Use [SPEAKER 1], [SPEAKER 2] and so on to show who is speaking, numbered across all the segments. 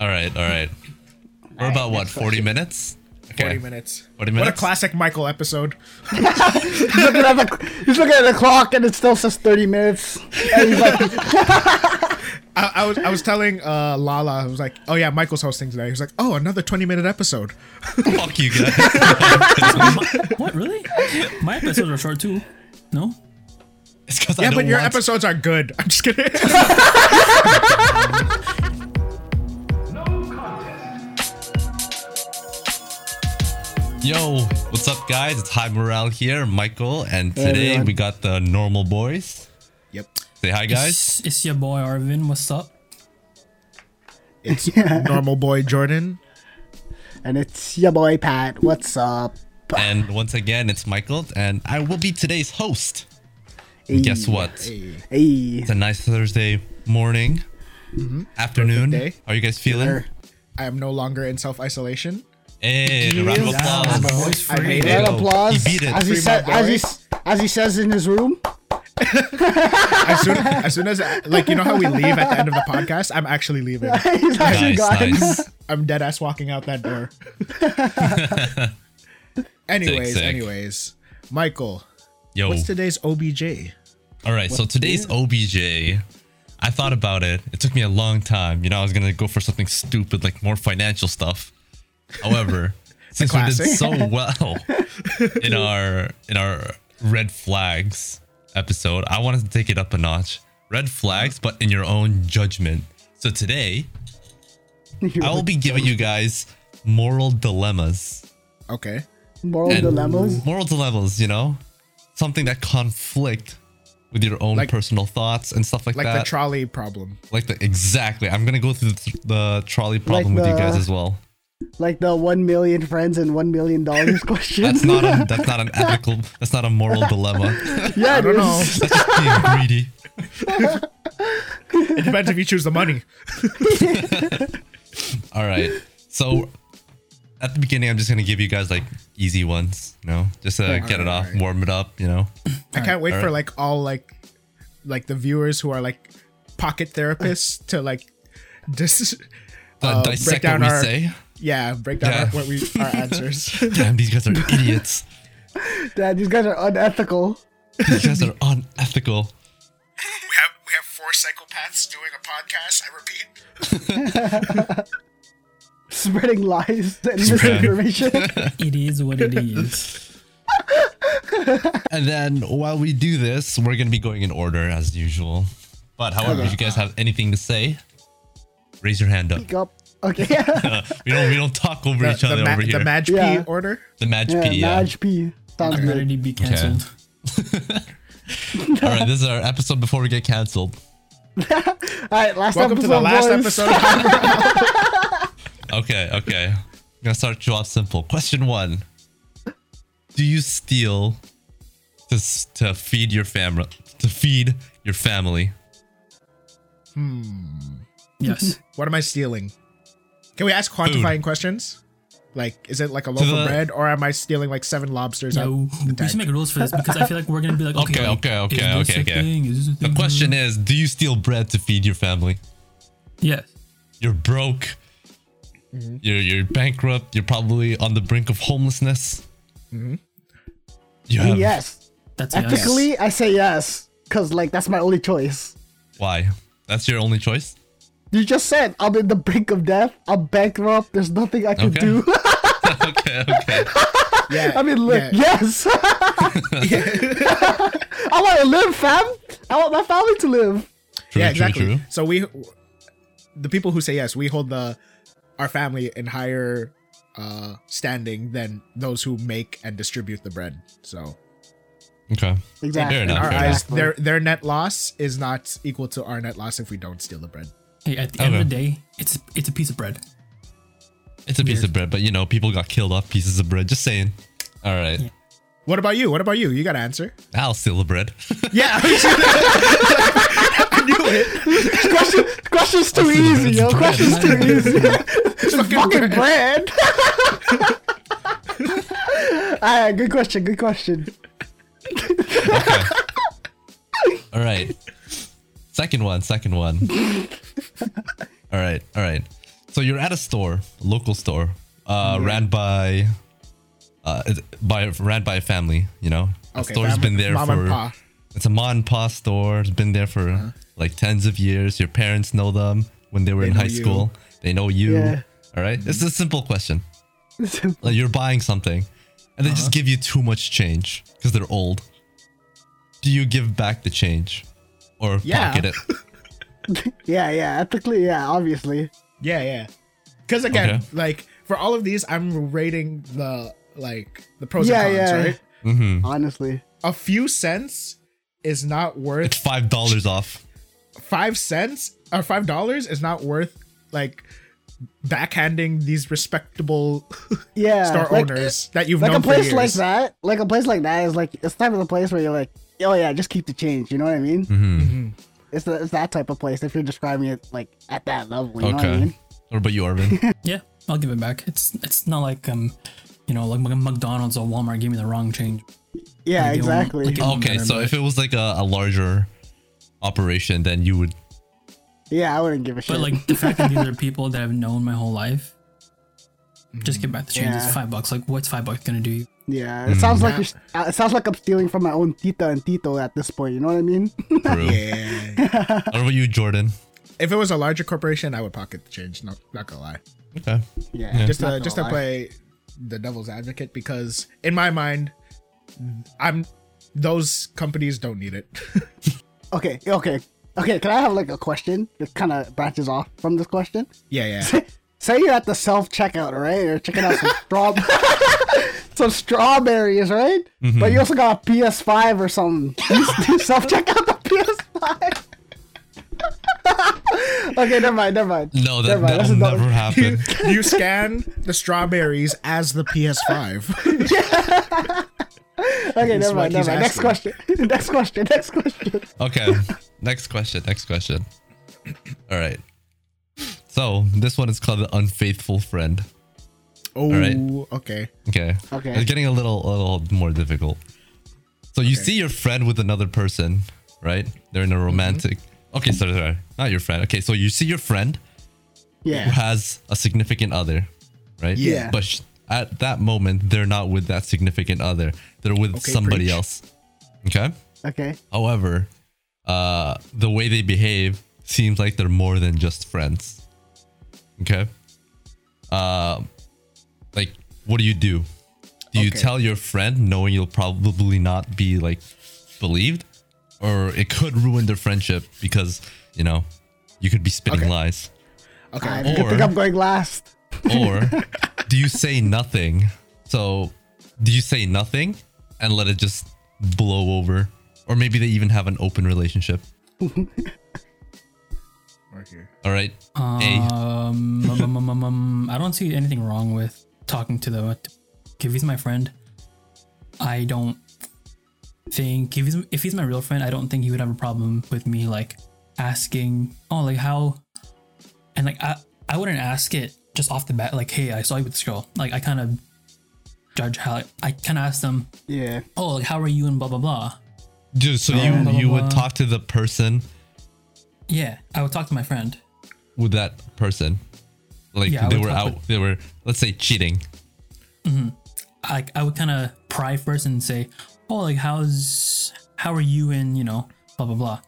[SPEAKER 1] All right, all right. We're
[SPEAKER 2] right,
[SPEAKER 1] about what,
[SPEAKER 2] next
[SPEAKER 1] 40 minutes? Okay.
[SPEAKER 3] 40 minutes.
[SPEAKER 1] 40
[SPEAKER 3] What a
[SPEAKER 1] minutes?
[SPEAKER 3] classic Michael episode.
[SPEAKER 2] He's looking, at the, he's looking at the clock and it still says 30 minutes. And he's like,
[SPEAKER 3] I, I was I was telling uh, Lala, I was like, oh yeah, Michael's hosting today. He was like, oh, another 20 minute episode.
[SPEAKER 1] Fuck you guys.
[SPEAKER 4] What really? My episodes are short too. No.
[SPEAKER 1] It's 'cause I
[SPEAKER 3] yeah,
[SPEAKER 1] don't
[SPEAKER 3] but your
[SPEAKER 1] want-
[SPEAKER 3] episodes are good. I'm just kidding.
[SPEAKER 1] Yo, what's up, guys? It's High Morale here, Michael, and today
[SPEAKER 2] everyone.
[SPEAKER 1] we got the normal boys.
[SPEAKER 3] yep.
[SPEAKER 1] Say hi, guys.
[SPEAKER 4] It's, it's your boy Arvin. What's up?
[SPEAKER 3] It's normal boy Jordan.
[SPEAKER 2] and it's your boy Pat. What's up?
[SPEAKER 1] And once again, it's Michael, and I will be today's host. And guess what?
[SPEAKER 2] Hey.
[SPEAKER 1] It's a nice Thursday morning, afternoon.
[SPEAKER 3] Mm-hmm. Perfect day.
[SPEAKER 1] How are you guys feeling?
[SPEAKER 2] Sure.
[SPEAKER 3] I am no longer in self isolation.
[SPEAKER 1] Hey, a round of
[SPEAKER 4] Yeah,
[SPEAKER 1] applause.
[SPEAKER 4] my boy's free.
[SPEAKER 3] I hate
[SPEAKER 1] There you
[SPEAKER 2] Round
[SPEAKER 1] go.
[SPEAKER 2] of applause.
[SPEAKER 1] He beat it.
[SPEAKER 2] As he,
[SPEAKER 3] Free
[SPEAKER 2] said,
[SPEAKER 3] my
[SPEAKER 2] as, he,
[SPEAKER 3] boy.
[SPEAKER 2] s- as he says in his room.
[SPEAKER 3] As soon as, soon as like, you know how we leave at the end of the podcast? I'm actually leaving.
[SPEAKER 2] He's actually
[SPEAKER 1] Nice,
[SPEAKER 2] gone.
[SPEAKER 1] nice.
[SPEAKER 3] I'm dead ass walking out that door. anyways,
[SPEAKER 1] Sick, Oh. sick.
[SPEAKER 3] anyways, Michael,
[SPEAKER 1] Yo.
[SPEAKER 3] what's today's OBJ?
[SPEAKER 1] All right, so today's OBJ, I thought about it. It took me a long time. You know, I was gonna go for something stupid like more financial stuff. However, since we did
[SPEAKER 3] classic.
[SPEAKER 1] so well in our in our red flags episode, I wanted to take it up a notch. Red flags, but in your own judgment. So today, I will be giving you guys moral dilemmas
[SPEAKER 3] Okay.
[SPEAKER 2] Moral
[SPEAKER 1] and
[SPEAKER 2] dilemmas.
[SPEAKER 1] Moral dilemmas, you know, something that conflict with your own
[SPEAKER 3] Like-
[SPEAKER 1] personal thoughts and stuff like,
[SPEAKER 3] Like
[SPEAKER 1] that.
[SPEAKER 3] the trolley problem.
[SPEAKER 1] like the exactly. I'm gonna go through the, the trolley problem with you guys
[SPEAKER 2] the-
[SPEAKER 1] as well.
[SPEAKER 2] Like the one million friends and one million dollars question.
[SPEAKER 1] That's not a, that's not an ethical. That's not a moral dilemma.
[SPEAKER 2] yeah,
[SPEAKER 3] I
[SPEAKER 2] it
[SPEAKER 3] don't
[SPEAKER 2] is.
[SPEAKER 3] know.
[SPEAKER 1] That's just being greedy.
[SPEAKER 3] It depends if you choose the money.
[SPEAKER 1] All right. So at the beginning, I'm just gonna give you guys like easy ones. You know, just to get it off, warm it up. You know.
[SPEAKER 3] I can't wait for
[SPEAKER 1] Alright.
[SPEAKER 3] like all like like the viewers who are like pocket therapists to like just
[SPEAKER 1] Uh,
[SPEAKER 3] Uh, break
[SPEAKER 1] dissect what
[SPEAKER 3] down
[SPEAKER 1] we
[SPEAKER 3] our-
[SPEAKER 1] say.
[SPEAKER 3] yeah break down
[SPEAKER 1] Yeah.
[SPEAKER 3] our, what we our answers.
[SPEAKER 1] Damn, these guys are idiots.
[SPEAKER 2] Dad, these guys are unethical.
[SPEAKER 1] These guys are unethical.
[SPEAKER 3] We have we have four psychopaths doing a podcast. I repeat.
[SPEAKER 2] Spreading lies and
[SPEAKER 1] Spread.
[SPEAKER 2] misinformation.
[SPEAKER 4] It is what it is.
[SPEAKER 1] And then while we do this, we're gonna be going in order as usual. But however, if you guys have anything to say, raise your hand up.
[SPEAKER 2] Speak up. Okay.
[SPEAKER 1] Uh,
[SPEAKER 2] yeah,
[SPEAKER 1] we don't we don't talk over
[SPEAKER 3] The,
[SPEAKER 1] each other
[SPEAKER 3] the, ma-
[SPEAKER 1] over here.
[SPEAKER 3] the Maj
[SPEAKER 2] Yeah.
[SPEAKER 3] P order.
[SPEAKER 1] the match P. Yeah.
[SPEAKER 2] Madge P. Sounds
[SPEAKER 4] I'm ready
[SPEAKER 2] good.
[SPEAKER 4] to be canceled.
[SPEAKER 1] All right, this is our episode before we get canceled.
[SPEAKER 2] All right, last
[SPEAKER 3] Welcome
[SPEAKER 2] episode.
[SPEAKER 3] to the last
[SPEAKER 2] boys.
[SPEAKER 3] episode. Of-
[SPEAKER 1] Okay, okay. I'm gonna start you off simple. Question one: Do you steal to s- to feed your family? To feed your family?
[SPEAKER 4] Yes.
[SPEAKER 3] what am I stealing? Can we ask quantifying questions? Like, is it like a loaf
[SPEAKER 1] the-
[SPEAKER 3] of bread, or am I stealing like seven lobsters? out
[SPEAKER 4] No,
[SPEAKER 3] the
[SPEAKER 4] we
[SPEAKER 3] tank?
[SPEAKER 4] should make rules for this because I feel like we're gonna be like, okay,
[SPEAKER 1] Okay,
[SPEAKER 4] like,
[SPEAKER 1] okay, okay,
[SPEAKER 4] is this
[SPEAKER 1] okay,
[SPEAKER 4] a
[SPEAKER 1] okay.
[SPEAKER 4] Thing? Is this a
[SPEAKER 1] The
[SPEAKER 3] Mm-hmm.
[SPEAKER 4] thing?
[SPEAKER 1] question is: Do you steal bread to feed your family?
[SPEAKER 4] Yes.
[SPEAKER 1] you're broke,
[SPEAKER 3] Mm-hmm.
[SPEAKER 1] you're you're bankrupt, you're probably on the brink of homelessness.
[SPEAKER 3] Mm-hmm.
[SPEAKER 1] You have
[SPEAKER 2] Yes.
[SPEAKER 4] That's a yes.
[SPEAKER 2] Ethically, I say yes. Because, like, that's my only choice.
[SPEAKER 1] why? That's your only choice.
[SPEAKER 2] You just said I'm in the brink of death. I'm bankrupt. There's nothing I can
[SPEAKER 1] Okay.
[SPEAKER 2] do.
[SPEAKER 1] okay, okay.
[SPEAKER 3] Yeah,
[SPEAKER 2] I mean, look,
[SPEAKER 3] yeah.
[SPEAKER 2] yes. I want to live, fam. I want my family to live.
[SPEAKER 1] True,
[SPEAKER 3] yeah,
[SPEAKER 1] true,
[SPEAKER 3] exactly.
[SPEAKER 1] true.
[SPEAKER 3] So we, the people who say yes, we hold the our family in higher uh standing than those who make and distribute the bread. So
[SPEAKER 1] Okay.
[SPEAKER 2] Exactly.
[SPEAKER 1] Fair enough,
[SPEAKER 3] our
[SPEAKER 1] fair
[SPEAKER 3] eyes,
[SPEAKER 2] enough.
[SPEAKER 3] their their net loss is not equal to our net loss if we don't steal the bread.
[SPEAKER 4] Hey, at the end
[SPEAKER 1] Okay.
[SPEAKER 4] of the day, it's it's a piece of bread.
[SPEAKER 1] It's a piece of bread, but you know, people got killed off pieces of bread. Just saying. All right.
[SPEAKER 3] What about you? What about you? You got to answer.
[SPEAKER 1] I'll steal the bread.
[SPEAKER 3] Yeah, I knew it.
[SPEAKER 2] Question, question's too
[SPEAKER 1] see the
[SPEAKER 2] easy,
[SPEAKER 1] bread's
[SPEAKER 2] yo.
[SPEAKER 1] bread.
[SPEAKER 2] Question's too easy.
[SPEAKER 3] It's fucking
[SPEAKER 2] Fucking
[SPEAKER 3] bread.
[SPEAKER 2] bread. Alright, good question. Good question.
[SPEAKER 1] All right. Second one, second one. all right, all right. So you're at a store, a local store, uh, ran by, uh, it- by ran by a family. You know, the
[SPEAKER 3] Okay,
[SPEAKER 1] store's
[SPEAKER 3] family-
[SPEAKER 1] been there
[SPEAKER 3] mom
[SPEAKER 1] for.
[SPEAKER 3] and pa. Uh-huh.
[SPEAKER 1] It's a mom and pa store. It's been there for like tens of years. Your parents know them when they were
[SPEAKER 3] They
[SPEAKER 1] in
[SPEAKER 3] know
[SPEAKER 1] high
[SPEAKER 3] you.
[SPEAKER 1] school. They know you.
[SPEAKER 2] Yeah.
[SPEAKER 1] All right. It's a simple question. Like you're buying something, and they just give you too much change because they're old. Do you give back the change, or
[SPEAKER 3] Yeah.
[SPEAKER 1] pocket it?
[SPEAKER 2] yeah, yeah. Ethically, yeah, obviously.
[SPEAKER 3] Yeah, yeah. Because again,
[SPEAKER 1] Okay.
[SPEAKER 3] like for all of these, I'm rating the like the pros
[SPEAKER 2] Yeah,
[SPEAKER 3] and cons,
[SPEAKER 2] yeah.
[SPEAKER 3] right?
[SPEAKER 1] Hmm.
[SPEAKER 2] Honestly.
[SPEAKER 3] A few cents is not
[SPEAKER 1] It's
[SPEAKER 3] worth
[SPEAKER 1] five dollars off.
[SPEAKER 3] five cents or five dollars is not worth like backhanding these respectable
[SPEAKER 2] Yeah.
[SPEAKER 3] store
[SPEAKER 2] like, eh,
[SPEAKER 3] owners that you've
[SPEAKER 2] Like
[SPEAKER 3] known
[SPEAKER 2] a place
[SPEAKER 3] for
[SPEAKER 2] like
[SPEAKER 3] years.
[SPEAKER 2] that, like a place like that is like it's type of the place where you're like, oh yeah, just keep the change. You know what I mean?
[SPEAKER 3] Mm-hmm.
[SPEAKER 2] It's the, it's that type of place if you're describing it like at that level. You know what I
[SPEAKER 1] Okay.
[SPEAKER 2] mean?
[SPEAKER 1] What about you, Arvin?
[SPEAKER 4] Yeah, I'll give it back. It's it's not like um, you know, like Mc- McDonald's or Walmart gave me the wrong change.
[SPEAKER 2] Yeah,
[SPEAKER 4] Like, they won't-
[SPEAKER 2] exactly.
[SPEAKER 4] like,
[SPEAKER 1] Okay,
[SPEAKER 4] better,
[SPEAKER 1] so
[SPEAKER 4] but-
[SPEAKER 1] if it was like a, a larger operation, then you would.
[SPEAKER 2] yeah, I wouldn't give a shit.
[SPEAKER 4] But like the fact that these are people that I've known my whole life, just give back the change.
[SPEAKER 2] Yeah.
[SPEAKER 4] It's five bucks. Like, what's five bucks gonna do you?
[SPEAKER 2] yeah,
[SPEAKER 3] Mm-hmm.
[SPEAKER 2] it sounds like you're, s- uh, it sounds like I'm stealing from my own tita and tito at this point. You know what I mean?
[SPEAKER 1] Prove.
[SPEAKER 3] Yeah.
[SPEAKER 1] What about you, Jordan?
[SPEAKER 3] if it was a larger corporation, I would pocket the change. Not not gonna lie.
[SPEAKER 1] Okay.
[SPEAKER 2] yeah.
[SPEAKER 3] just
[SPEAKER 2] not
[SPEAKER 3] to,
[SPEAKER 2] gonna
[SPEAKER 3] just to
[SPEAKER 2] lie.
[SPEAKER 3] play the devil's advocate because in my mind i'm those companies don't need it
[SPEAKER 2] Okay, okay, okay. Can I have like a question that kind of branches off from this question?
[SPEAKER 3] yeah yeah
[SPEAKER 2] Say you're at the self checkout, right? You're checking out some straw, some strawberries, right? But you also got a PS5 or something. You self checkout the PS5. okay, never mind, never mind.
[SPEAKER 1] No, that,
[SPEAKER 2] never mind.
[SPEAKER 1] that'll
[SPEAKER 2] another-
[SPEAKER 1] never happen.
[SPEAKER 3] you scan the strawberries as the ps5
[SPEAKER 2] Okay, never
[SPEAKER 3] what
[SPEAKER 2] mind,
[SPEAKER 3] he's
[SPEAKER 2] never mind. Next question. next question. Next question.
[SPEAKER 1] Okay. next question. Next question. All right. So this one is called the unfaithful friend.
[SPEAKER 3] oh
[SPEAKER 1] Alright.
[SPEAKER 3] okay
[SPEAKER 1] Okay.
[SPEAKER 2] Okay.
[SPEAKER 1] It's getting a little, a little more difficult. So you see your friend with another person, right? They're in a
[SPEAKER 2] Mm-hmm.
[SPEAKER 1] romantic. Okay, sorry, sorry, not your friend. Okay, so you see your friend who
[SPEAKER 2] Yeah.
[SPEAKER 1] has a significant other, right?
[SPEAKER 2] Yeah.
[SPEAKER 1] But sh- at that moment, they're not with that significant other. They're with
[SPEAKER 3] Okay,
[SPEAKER 1] somebody
[SPEAKER 3] preach.
[SPEAKER 1] else. Okay.
[SPEAKER 2] Okay.
[SPEAKER 1] However, uh, the way they behave seems like they're more than just friends. Okay. Uh, like, what do you do? Do you
[SPEAKER 3] Okay.
[SPEAKER 1] tell your friend knowing you'll probably not be like believed, or it could ruin their friendship because you know you could be spitting
[SPEAKER 3] Okay.
[SPEAKER 1] lies?
[SPEAKER 3] okay
[SPEAKER 2] I
[SPEAKER 1] Or-
[SPEAKER 2] think I'm going last.
[SPEAKER 1] or do you say nothing? So, do you say nothing and let it just blow over? Or maybe they even have an open relationship.
[SPEAKER 3] Right here.
[SPEAKER 1] All right.
[SPEAKER 4] Uh, Um, um, um, um, um, um, I don't see anything wrong with talking to the. If he's my friend, I don't think if he's if he's my real friend, I don't think he would have a problem with me like asking, oh, like how, and like I I wouldn't ask it just off the bat, like, hey, I saw you with this girl. Like I kind of judge how I kind of ask them,
[SPEAKER 2] Yeah.
[SPEAKER 4] oh, like how are you and blah blah blah.
[SPEAKER 1] Dude, so you
[SPEAKER 4] blah, blah,
[SPEAKER 1] you would
[SPEAKER 4] blah.
[SPEAKER 1] talk to the person
[SPEAKER 4] Yeah, I would talk to my friend.
[SPEAKER 1] with that person, like
[SPEAKER 4] Yeah, I
[SPEAKER 1] they
[SPEAKER 4] would
[SPEAKER 1] were
[SPEAKER 4] talk
[SPEAKER 1] out. They were let's say cheating.
[SPEAKER 4] like I would kind of pry first and say, "Oh, like how's how are you and you know blah blah blah,"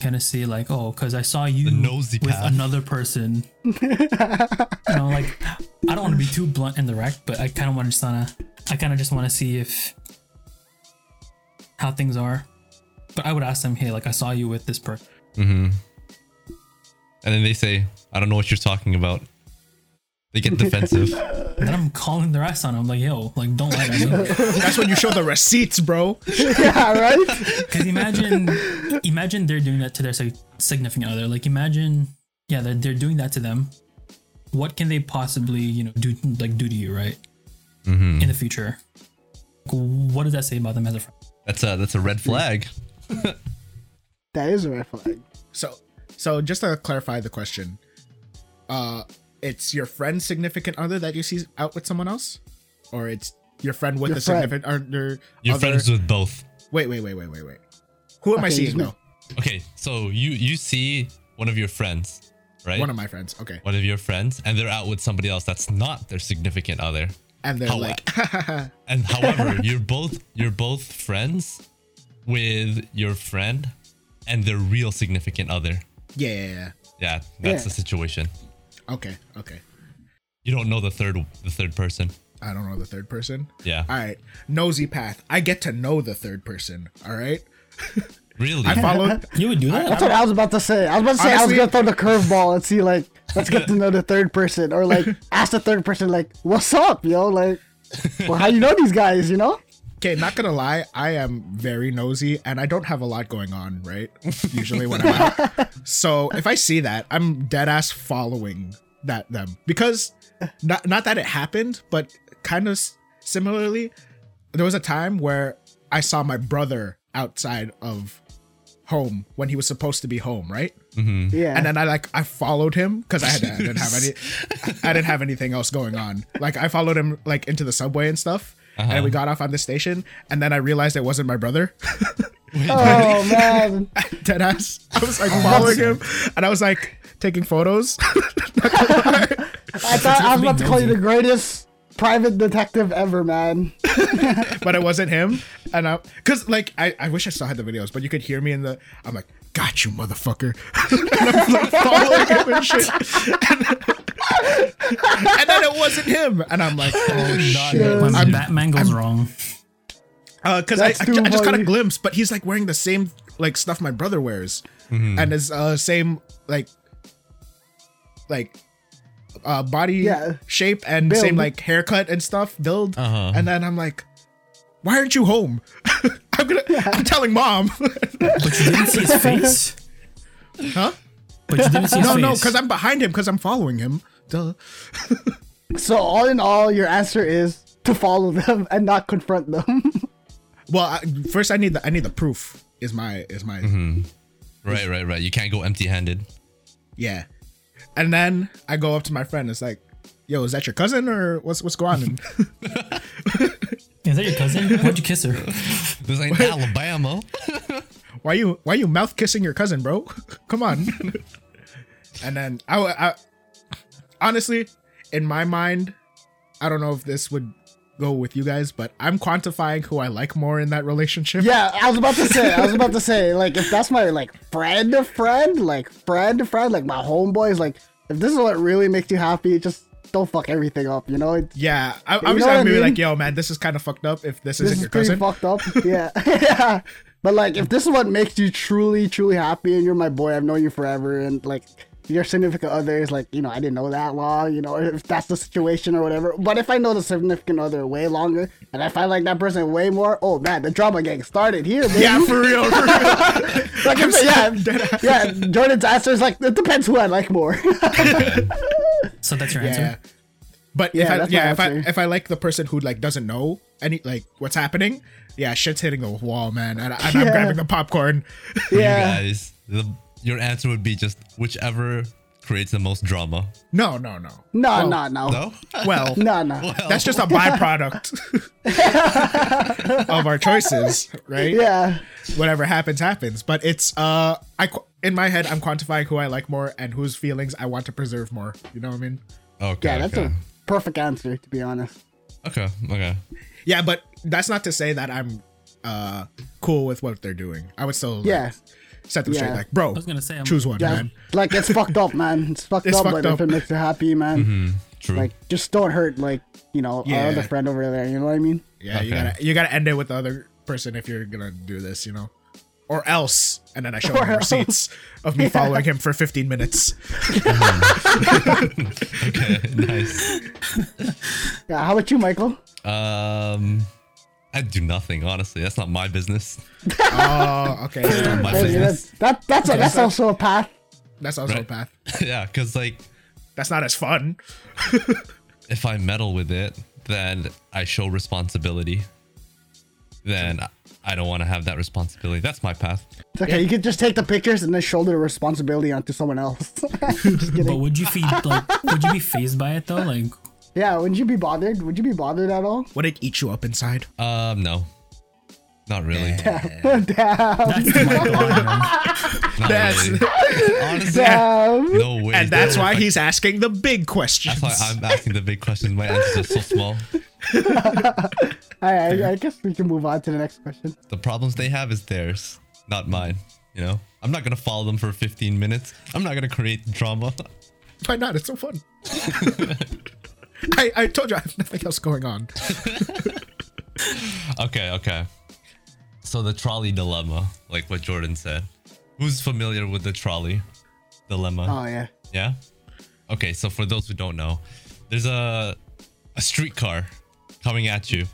[SPEAKER 4] kind of say like, "Oh, because I saw you
[SPEAKER 1] nosy
[SPEAKER 4] with
[SPEAKER 1] path.
[SPEAKER 4] another person." you know, like I don't want to be too blunt and direct, but I kind of want to just wanna, I kind of just want to see if how things are. But I would ask them, "Hey, like I saw you with this person."
[SPEAKER 1] And then they say, I don't know what you're talking about. They get defensive.
[SPEAKER 4] Then I'm calling their ass on. them. I'm like, "Yo, like don't lie to me."
[SPEAKER 3] that's when you show the receipts bro
[SPEAKER 2] Yeah, right?
[SPEAKER 4] Because imagine, imagine they're doing that to their sig- significant other. Like imagine, yeah, they're, they're doing that to them. What can they possibly, you know, do like do to you, right? In the future, Like, what does that say about them as a friend?
[SPEAKER 1] that's a that's a red flag.
[SPEAKER 2] That is a red flag.
[SPEAKER 3] so so just to clarify the question uh it's your friend's significant other that you see out with someone else or it's your friend with
[SPEAKER 2] Your
[SPEAKER 3] the
[SPEAKER 2] friend.
[SPEAKER 3] significant other
[SPEAKER 1] You're
[SPEAKER 3] other-
[SPEAKER 1] friends with both.
[SPEAKER 3] Wait, wait, wait, wait, wait, wait. Who am I
[SPEAKER 2] Okay,
[SPEAKER 3] seeing
[SPEAKER 2] he's
[SPEAKER 3] though?
[SPEAKER 1] Okay, so you you see one of your friends right?
[SPEAKER 3] One of my friends. Okay.
[SPEAKER 1] one of your friends, and they're out with somebody else that's not their significant other.
[SPEAKER 3] And they're
[SPEAKER 1] How-
[SPEAKER 3] like,
[SPEAKER 1] And however, you're both you're both friends with your friend and their real significant other.
[SPEAKER 3] yeah.
[SPEAKER 1] Yeah, that's
[SPEAKER 2] Yeah.
[SPEAKER 1] the situation.
[SPEAKER 3] Okay. Okay.
[SPEAKER 1] You don't know the third the third person.
[SPEAKER 3] I don't know the third person.
[SPEAKER 1] Yeah.
[SPEAKER 3] All right. Nosy path. I get to know the third person. All right.
[SPEAKER 1] Really?
[SPEAKER 3] I followed.
[SPEAKER 4] You would do
[SPEAKER 2] That's
[SPEAKER 4] that?
[SPEAKER 2] what I was about to say. I was about to say
[SPEAKER 3] Honestly-
[SPEAKER 2] I was gonna throw the curveball and see like let's get to know the third person or like ask the third person like what's up, yo, like well how you know these guys, you know?
[SPEAKER 3] Okay, not gonna lie, I am very nosy and I don't have a lot going on, right? Usually when I'm out. So if I see that, I'm dead ass following that them. Because not not that it happened, but kind of s- similarly, there was a time where I saw my brother outside of home when he was supposed to be home, right?
[SPEAKER 2] Yeah.
[SPEAKER 3] Mm-hmm. and then I like I followed him because I, had I didn't have any I didn't have anything else going on. Like I followed him like into the subway and stuff, and we got off on the station, and then I realized it wasn't my brother.
[SPEAKER 2] oh man.
[SPEAKER 3] Deadass. I was like following him, and I was like taking photos.
[SPEAKER 2] I thought I was about to call you
[SPEAKER 4] nosy.
[SPEAKER 2] the greatest private detective ever, man.
[SPEAKER 3] but it wasn't him. And I, cause like I, I wish I still had the videos, but you could hear me in the. I'm like, got you, motherfucker. and I'm like following him and shit. And, and then it wasn't him, and I'm like, oh shit.
[SPEAKER 4] When
[SPEAKER 3] I'm-
[SPEAKER 4] Batman goes wrong.
[SPEAKER 3] Uh, cause I, I,
[SPEAKER 2] That's too
[SPEAKER 3] I just caught a
[SPEAKER 2] funny.
[SPEAKER 3] glimpse, but he's like wearing the same like stuff my brother wears, and his uh same like like uh body
[SPEAKER 2] Yeah.
[SPEAKER 3] shape and
[SPEAKER 2] Build.
[SPEAKER 3] same like haircut and stuff build,
[SPEAKER 1] Uh-huh.
[SPEAKER 3] and then I'm like, why aren't you home? I'm gonna, I'm telling mom,
[SPEAKER 4] But you didn't see his face?
[SPEAKER 3] huh?
[SPEAKER 4] But you didn't see his
[SPEAKER 3] No,
[SPEAKER 4] face.
[SPEAKER 3] Oh, no, cause I'm behind him, cause I'm following him. Duh.
[SPEAKER 2] So all in all, your answer is to follow them and not confront them.
[SPEAKER 3] Well, I, first I need the I need the proof. Is my is my
[SPEAKER 1] Right, right, right. You can't go empty-handed.
[SPEAKER 3] Yeah. And then I go up to my friend. It's like, yo, is that your cousin or what's what's going on?
[SPEAKER 4] Is that your cousin? Why'd you kiss her?
[SPEAKER 1] This ain't Alabama.
[SPEAKER 3] why you why you mouth kissing your cousin, bro? Come on. and then I, w- I- honestly, in my mind, I don't know if this would go with you guys, but I'm quantifying who I like more in that relationship.
[SPEAKER 2] Yeah, I was about to say. I was about to say, like, if that's my like friend, friend, like friend, friend, like my homeboys, like, if this is what really makes you happy, just don't fuck everything up, you know? It's,
[SPEAKER 3] Yeah, I,
[SPEAKER 2] know
[SPEAKER 3] I was
[SPEAKER 2] what I
[SPEAKER 3] gonna be
[SPEAKER 2] mean?
[SPEAKER 3] like, yo, man, this is kind of fucked up. If this,
[SPEAKER 2] this
[SPEAKER 3] isn't
[SPEAKER 2] is
[SPEAKER 3] your
[SPEAKER 2] pretty
[SPEAKER 3] cousin,
[SPEAKER 2] fucked up. yeah, yeah. But like, if this is what makes you truly, truly happy, and you're my boy, I've known you forever, and like your significant other is like, you know, I didn't know that long, you know, if that's the situation or whatever. But if I know the significant other way longer, and if I like that person way more, oh man, the drama getting started here. Baby.
[SPEAKER 3] yeah, for real, for real.
[SPEAKER 2] Like if, yeah, yeah. Jordan's answer is like it depends who I like more.
[SPEAKER 4] So that's your
[SPEAKER 3] Yeah.
[SPEAKER 4] answer?
[SPEAKER 3] But
[SPEAKER 2] Yeah,
[SPEAKER 3] if I,
[SPEAKER 2] that's my
[SPEAKER 3] yeah, if I
[SPEAKER 2] answer.
[SPEAKER 3] if I like the person who like doesn't know any like what's happening, yeah, shit's hitting the wall, man, and, and I'm
[SPEAKER 2] Yeah.
[SPEAKER 3] grabbing the popcorn.
[SPEAKER 1] You
[SPEAKER 2] yeah,
[SPEAKER 1] guys, the, your answer would be just whichever creates the most drama.
[SPEAKER 3] No, no, no.
[SPEAKER 2] no, no, no,
[SPEAKER 1] No?
[SPEAKER 3] Well,
[SPEAKER 2] no, no.
[SPEAKER 3] that's just a byproduct of our choices, right?
[SPEAKER 2] Yeah,
[SPEAKER 3] Whatever happens, happens. But it's uh, I qu- in my head, I'm quantifying who I like more and whose feelings I want to preserve more. You know what I mean?
[SPEAKER 1] Okay.
[SPEAKER 2] yeah. That's
[SPEAKER 1] okay.
[SPEAKER 2] a perfect answer, to be honest.
[SPEAKER 1] okay. Okay.
[SPEAKER 3] Yeah, but that's not to say that I'm uh cool with what they're doing. I would still like,
[SPEAKER 2] Yeah.
[SPEAKER 3] set them straight.
[SPEAKER 2] Yeah.
[SPEAKER 3] Like, bro,
[SPEAKER 4] was gonna say, I'm-
[SPEAKER 3] choose one,
[SPEAKER 2] Yeah,
[SPEAKER 3] man.
[SPEAKER 2] like it's fucked up, man. It's fucked
[SPEAKER 3] It's
[SPEAKER 2] up,
[SPEAKER 3] fucked
[SPEAKER 2] but
[SPEAKER 3] up. Mm-hmm.
[SPEAKER 2] if it makes you happy, man,
[SPEAKER 1] True.
[SPEAKER 2] like just don't hurt, like you know,
[SPEAKER 3] Yeah.
[SPEAKER 2] our other friend over there. You know what I mean?
[SPEAKER 3] Yeah, you
[SPEAKER 1] Okay.
[SPEAKER 3] gotta you gotta end it with the other person if you're gonna do this, you know, or else. And then I show
[SPEAKER 2] Or
[SPEAKER 3] him
[SPEAKER 2] else.
[SPEAKER 3] receipts of me following him for 15 minutes.
[SPEAKER 1] Okay. nice.
[SPEAKER 2] Yeah. How about you, Michael?
[SPEAKER 1] Um, I do nothing. Honestly, that's not my business.
[SPEAKER 3] Oh, okay,
[SPEAKER 1] My
[SPEAKER 2] Hey,
[SPEAKER 1] business.
[SPEAKER 2] that's that, that's a, that's also a path.
[SPEAKER 3] that's also a
[SPEAKER 1] Right.
[SPEAKER 3] path.
[SPEAKER 1] yeah, because like
[SPEAKER 3] That's not as fun.
[SPEAKER 1] if I meddle with it, then I show responsibility. Then I don't want to have that responsibility. That's my path.
[SPEAKER 2] It's okay. You can just take the pictures and then shoulder the responsibility onto someone else. Just kidding.
[SPEAKER 4] But would you feel like would you be phased by it though? Like
[SPEAKER 2] yeah. Would you be bothered? Would you be bothered at all?
[SPEAKER 3] Would it eat you up inside?
[SPEAKER 1] Um, no, Not really.
[SPEAKER 2] Damn.
[SPEAKER 4] That's my God,
[SPEAKER 1] Not
[SPEAKER 3] That's-
[SPEAKER 1] really. Honestly,
[SPEAKER 3] Eh.
[SPEAKER 2] Damn.
[SPEAKER 1] no way.
[SPEAKER 3] and that's
[SPEAKER 1] No.
[SPEAKER 3] why he's asking the big questions.
[SPEAKER 1] That's why I'm asking the big questions. My answers are so small.
[SPEAKER 2] All right, I, I guess we can move on to the next question.
[SPEAKER 1] The problems they have is theirs, not mine. You know, I'm not gonna follow them for 15 minutes. I'm not gonna create drama.
[SPEAKER 3] Why not? It's so fun. I, I told you I have nothing else going on.
[SPEAKER 1] Okay, okay. So the trolley dilemma, like what Jordan said. Who's familiar with the trolley dilemma?
[SPEAKER 2] Oh yeah.
[SPEAKER 1] Yeah. Okay, so for those who don't know, there's a a streetcar coming at you.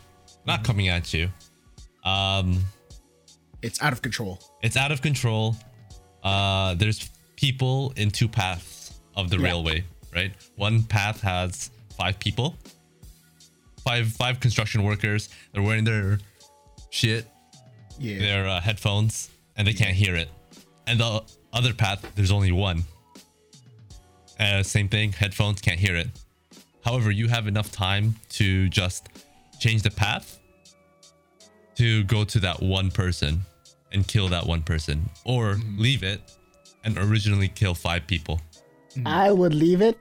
[SPEAKER 1] Not coming at you. Um
[SPEAKER 3] It's out of control.
[SPEAKER 1] it's out of control. Uh there's people in two paths of the
[SPEAKER 3] Yeah.
[SPEAKER 1] railway, right? One path has five people. Five five construction workers. They're wearing their shit
[SPEAKER 3] Yeah.
[SPEAKER 1] their uh, headphones and they can't hear it. And the other path, there's only one. Uh, same thing, headphones can't hear it. However, you have enough time to just change the path to go to that one person and kill that one person, or leave it and originally kill five people.
[SPEAKER 2] I
[SPEAKER 1] Mm.
[SPEAKER 2] would leave it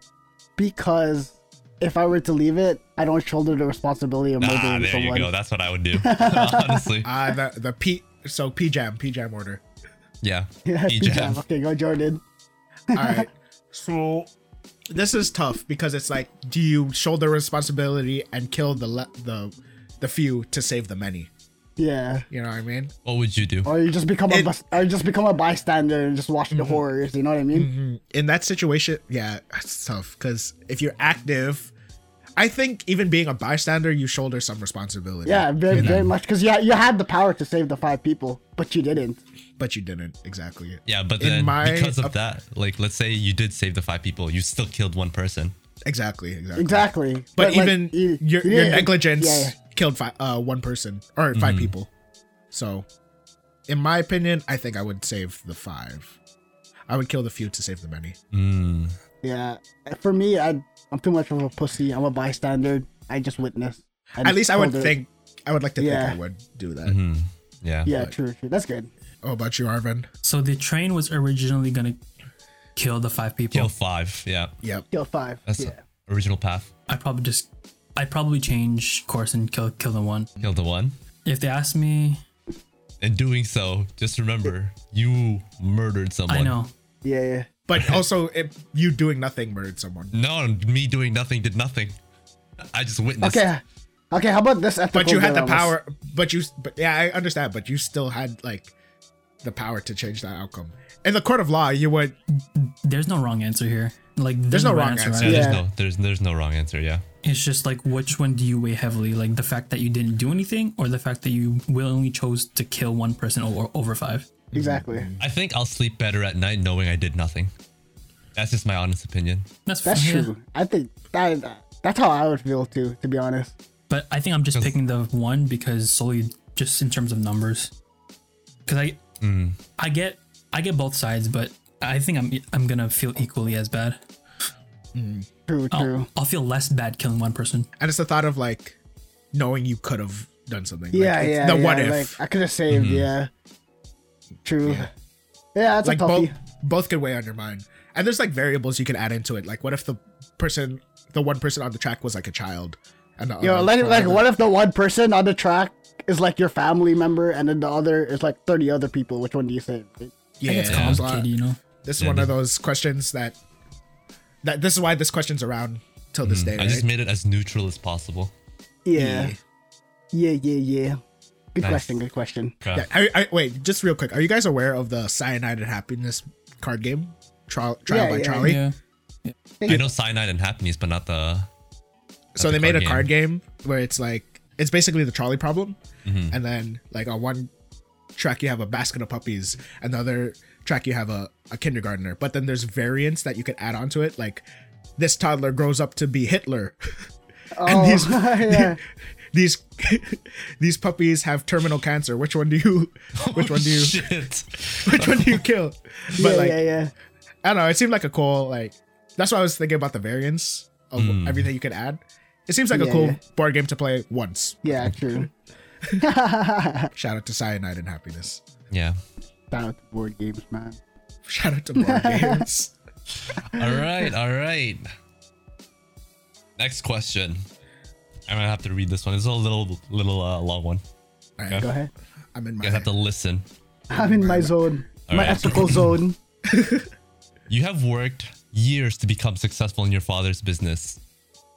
[SPEAKER 2] because if I were to leave it, I don't shoulder the responsibility of murdering
[SPEAKER 1] Ah, there
[SPEAKER 2] someone.
[SPEAKER 1] you go. That's what I would do. Honestly,
[SPEAKER 3] Uh, the the P so P jam P jam order.
[SPEAKER 1] yeah.
[SPEAKER 2] yeah,
[SPEAKER 1] He
[SPEAKER 2] good
[SPEAKER 1] jam.
[SPEAKER 2] job. Okay, go Jordan.
[SPEAKER 3] All right. so this is tough because it's like, do you shoulder responsibility and kill the le- the the few to save the many?
[SPEAKER 2] Yeah.
[SPEAKER 3] You know what I mean?
[SPEAKER 1] What would you do?
[SPEAKER 2] Or you just become a
[SPEAKER 3] It- Mm-hmm.
[SPEAKER 2] bus- or you just become a bystander and just watch the horrors. You know what I mean?
[SPEAKER 3] In that situation, yeah, it's tough because if you're active, I think even being a bystander, you shoulder some responsibility.
[SPEAKER 2] Yeah, very very much because yeah, you had the power to save the five people, but you didn't.
[SPEAKER 3] but you didn't exactly.
[SPEAKER 1] Yeah, but
[SPEAKER 3] In
[SPEAKER 1] then
[SPEAKER 3] my
[SPEAKER 1] because of
[SPEAKER 3] op-
[SPEAKER 1] that, like let's say you did save the five people, you still killed one person.
[SPEAKER 3] Exactly, exactly.
[SPEAKER 2] Exactly.
[SPEAKER 3] But,
[SPEAKER 2] like,
[SPEAKER 3] even
[SPEAKER 2] you-
[SPEAKER 3] your,
[SPEAKER 2] you
[SPEAKER 3] your
[SPEAKER 2] didn't-
[SPEAKER 3] negligence
[SPEAKER 2] yeah, yeah.
[SPEAKER 3] killed five, uh, one person or 5
[SPEAKER 1] Mm-hmm.
[SPEAKER 3] people. So, in my opinion, I think I would save the five. I would kill the few to save the many.
[SPEAKER 1] Mm.
[SPEAKER 2] Yeah. For me, I I'm too much of a pussy. I'm a bystander. I just witness.
[SPEAKER 3] At least I would
[SPEAKER 2] shoulder-
[SPEAKER 3] think. I would like to
[SPEAKER 2] Yeah.
[SPEAKER 3] think I would do that.
[SPEAKER 1] Mm. Yeah.
[SPEAKER 2] Yeah, true, true. That's good.
[SPEAKER 3] Oh, about you, Arvin?
[SPEAKER 4] So the train was originally gonna kill the five people.
[SPEAKER 1] Kill five. Yeah.
[SPEAKER 3] Yep.
[SPEAKER 2] Kill five.
[SPEAKER 1] That's
[SPEAKER 2] yeah.
[SPEAKER 1] the original path.
[SPEAKER 4] I probably just, I probably change course and kill kill the one.
[SPEAKER 1] Kill the one.
[SPEAKER 4] If they ask me,
[SPEAKER 1] In doing so, just remember you murdered someone.
[SPEAKER 4] I know.
[SPEAKER 2] yeah, yeah.
[SPEAKER 3] But also, if you doing nothing murdered someone.
[SPEAKER 1] No, me doing nothing did nothing. I just witnessed.
[SPEAKER 2] Okay. Okay, how about this ethical
[SPEAKER 3] But you had the
[SPEAKER 2] dilemmas?
[SPEAKER 3] power. But you. But yeah, I understand. But you still had like the power to change that outcome. In the court of law, you would.
[SPEAKER 4] There's no wrong answer here. Like there's,
[SPEAKER 3] no
[SPEAKER 4] right
[SPEAKER 3] wrong answer.
[SPEAKER 1] Yeah,
[SPEAKER 4] right?
[SPEAKER 2] Yeah.
[SPEAKER 1] There's no, there's there's no wrong answer. Yeah.
[SPEAKER 4] It's just like which one do you weigh heavily? Like the fact that you didn't do anything, or the fact that you willingly chose to kill one person over over five.
[SPEAKER 2] Exactly.
[SPEAKER 1] I think I'll sleep better at night knowing I did nothing. That's just my honest opinion.
[SPEAKER 4] That's,
[SPEAKER 2] That's
[SPEAKER 4] fair.
[SPEAKER 2] true. I think that that's how I would feel too, to be honest.
[SPEAKER 4] But I think I'm just picking the one because solely just in terms of numbers. Because I, I get I get both sides, but I think I'm I'm gonna feel equally as bad.
[SPEAKER 2] True, true.
[SPEAKER 4] I'll, I'll feel less bad killing one person.
[SPEAKER 3] and it's the thought of like knowing you could have done something. Like,
[SPEAKER 2] yeah,
[SPEAKER 3] it's
[SPEAKER 2] yeah.
[SPEAKER 3] The
[SPEAKER 2] yeah,
[SPEAKER 3] what if?
[SPEAKER 2] Like, I could have saved. Yeah. True. Yeah, that's
[SPEAKER 3] like
[SPEAKER 2] a toughie.
[SPEAKER 3] both both could weigh on your mind and there's like variables you can add into it like what if the person the one person on the track was like a child and the
[SPEAKER 2] Yo,
[SPEAKER 3] other-
[SPEAKER 2] like,
[SPEAKER 3] the
[SPEAKER 2] like,
[SPEAKER 3] other-
[SPEAKER 2] what if the one person on the track is like your family member, and then the other is like thirty other people? Which one do you save?
[SPEAKER 3] yeah there's
[SPEAKER 4] It's
[SPEAKER 3] a lot.
[SPEAKER 4] complicated, you know.
[SPEAKER 3] this is one of those questions that that this is why this question's around till this
[SPEAKER 4] Mm-hmm.
[SPEAKER 3] day
[SPEAKER 1] I just
[SPEAKER 3] right?
[SPEAKER 1] made it as neutral as possible.
[SPEAKER 2] Yeah, yeah, yeah, yeah. Good
[SPEAKER 1] Nice.
[SPEAKER 2] question. Good question.
[SPEAKER 1] Okay.
[SPEAKER 3] yeah I, I, wait just real quick are you guys aware of the cyanide and happiness card game trial, trial
[SPEAKER 2] Yeah,
[SPEAKER 3] by
[SPEAKER 2] yeah,
[SPEAKER 3] trolley
[SPEAKER 4] Yeah.
[SPEAKER 1] I know cyanide and happiness, but not the. That's
[SPEAKER 3] so they
[SPEAKER 1] a
[SPEAKER 3] made
[SPEAKER 1] card
[SPEAKER 3] a card game where it's like it's basically the trolley problem
[SPEAKER 1] Mm-hmm.
[SPEAKER 3] and then like on one track you have a basket of puppies and the other track you have a, a kindergartner but then there's variants that you can add onto it like this toddler grows up to be hitler
[SPEAKER 2] Oh,
[SPEAKER 3] these-
[SPEAKER 2] yeah.
[SPEAKER 3] these these puppies have terminal cancer which one do you which one do you
[SPEAKER 1] Shit.
[SPEAKER 3] which one do you kill but
[SPEAKER 2] Oh, yeah,
[SPEAKER 3] like
[SPEAKER 2] yeah, yeah.
[SPEAKER 3] I don't know. It seemed like a cool like. That's why I was thinking about the variants of everything you could add. It seems like
[SPEAKER 2] Yeah,
[SPEAKER 3] a cool
[SPEAKER 2] yeah.
[SPEAKER 3] board game to play once.
[SPEAKER 2] Yeah, true.
[SPEAKER 3] Shout out to Cyanide and Happiness.
[SPEAKER 1] Yeah.
[SPEAKER 2] Shout out to board games, man.
[SPEAKER 3] Shout out to board games.
[SPEAKER 1] All right. All right. Next question. I'm gonna have to read this one. It's a little little uh, long one.
[SPEAKER 3] All right,
[SPEAKER 1] Okay.
[SPEAKER 2] Go ahead.
[SPEAKER 3] I'm in
[SPEAKER 1] You
[SPEAKER 3] my.
[SPEAKER 1] guys have to listen.
[SPEAKER 2] I'm in my zone,
[SPEAKER 1] All
[SPEAKER 2] my
[SPEAKER 1] right.
[SPEAKER 2] ethical zone.
[SPEAKER 1] You have worked years to become successful in your father's business.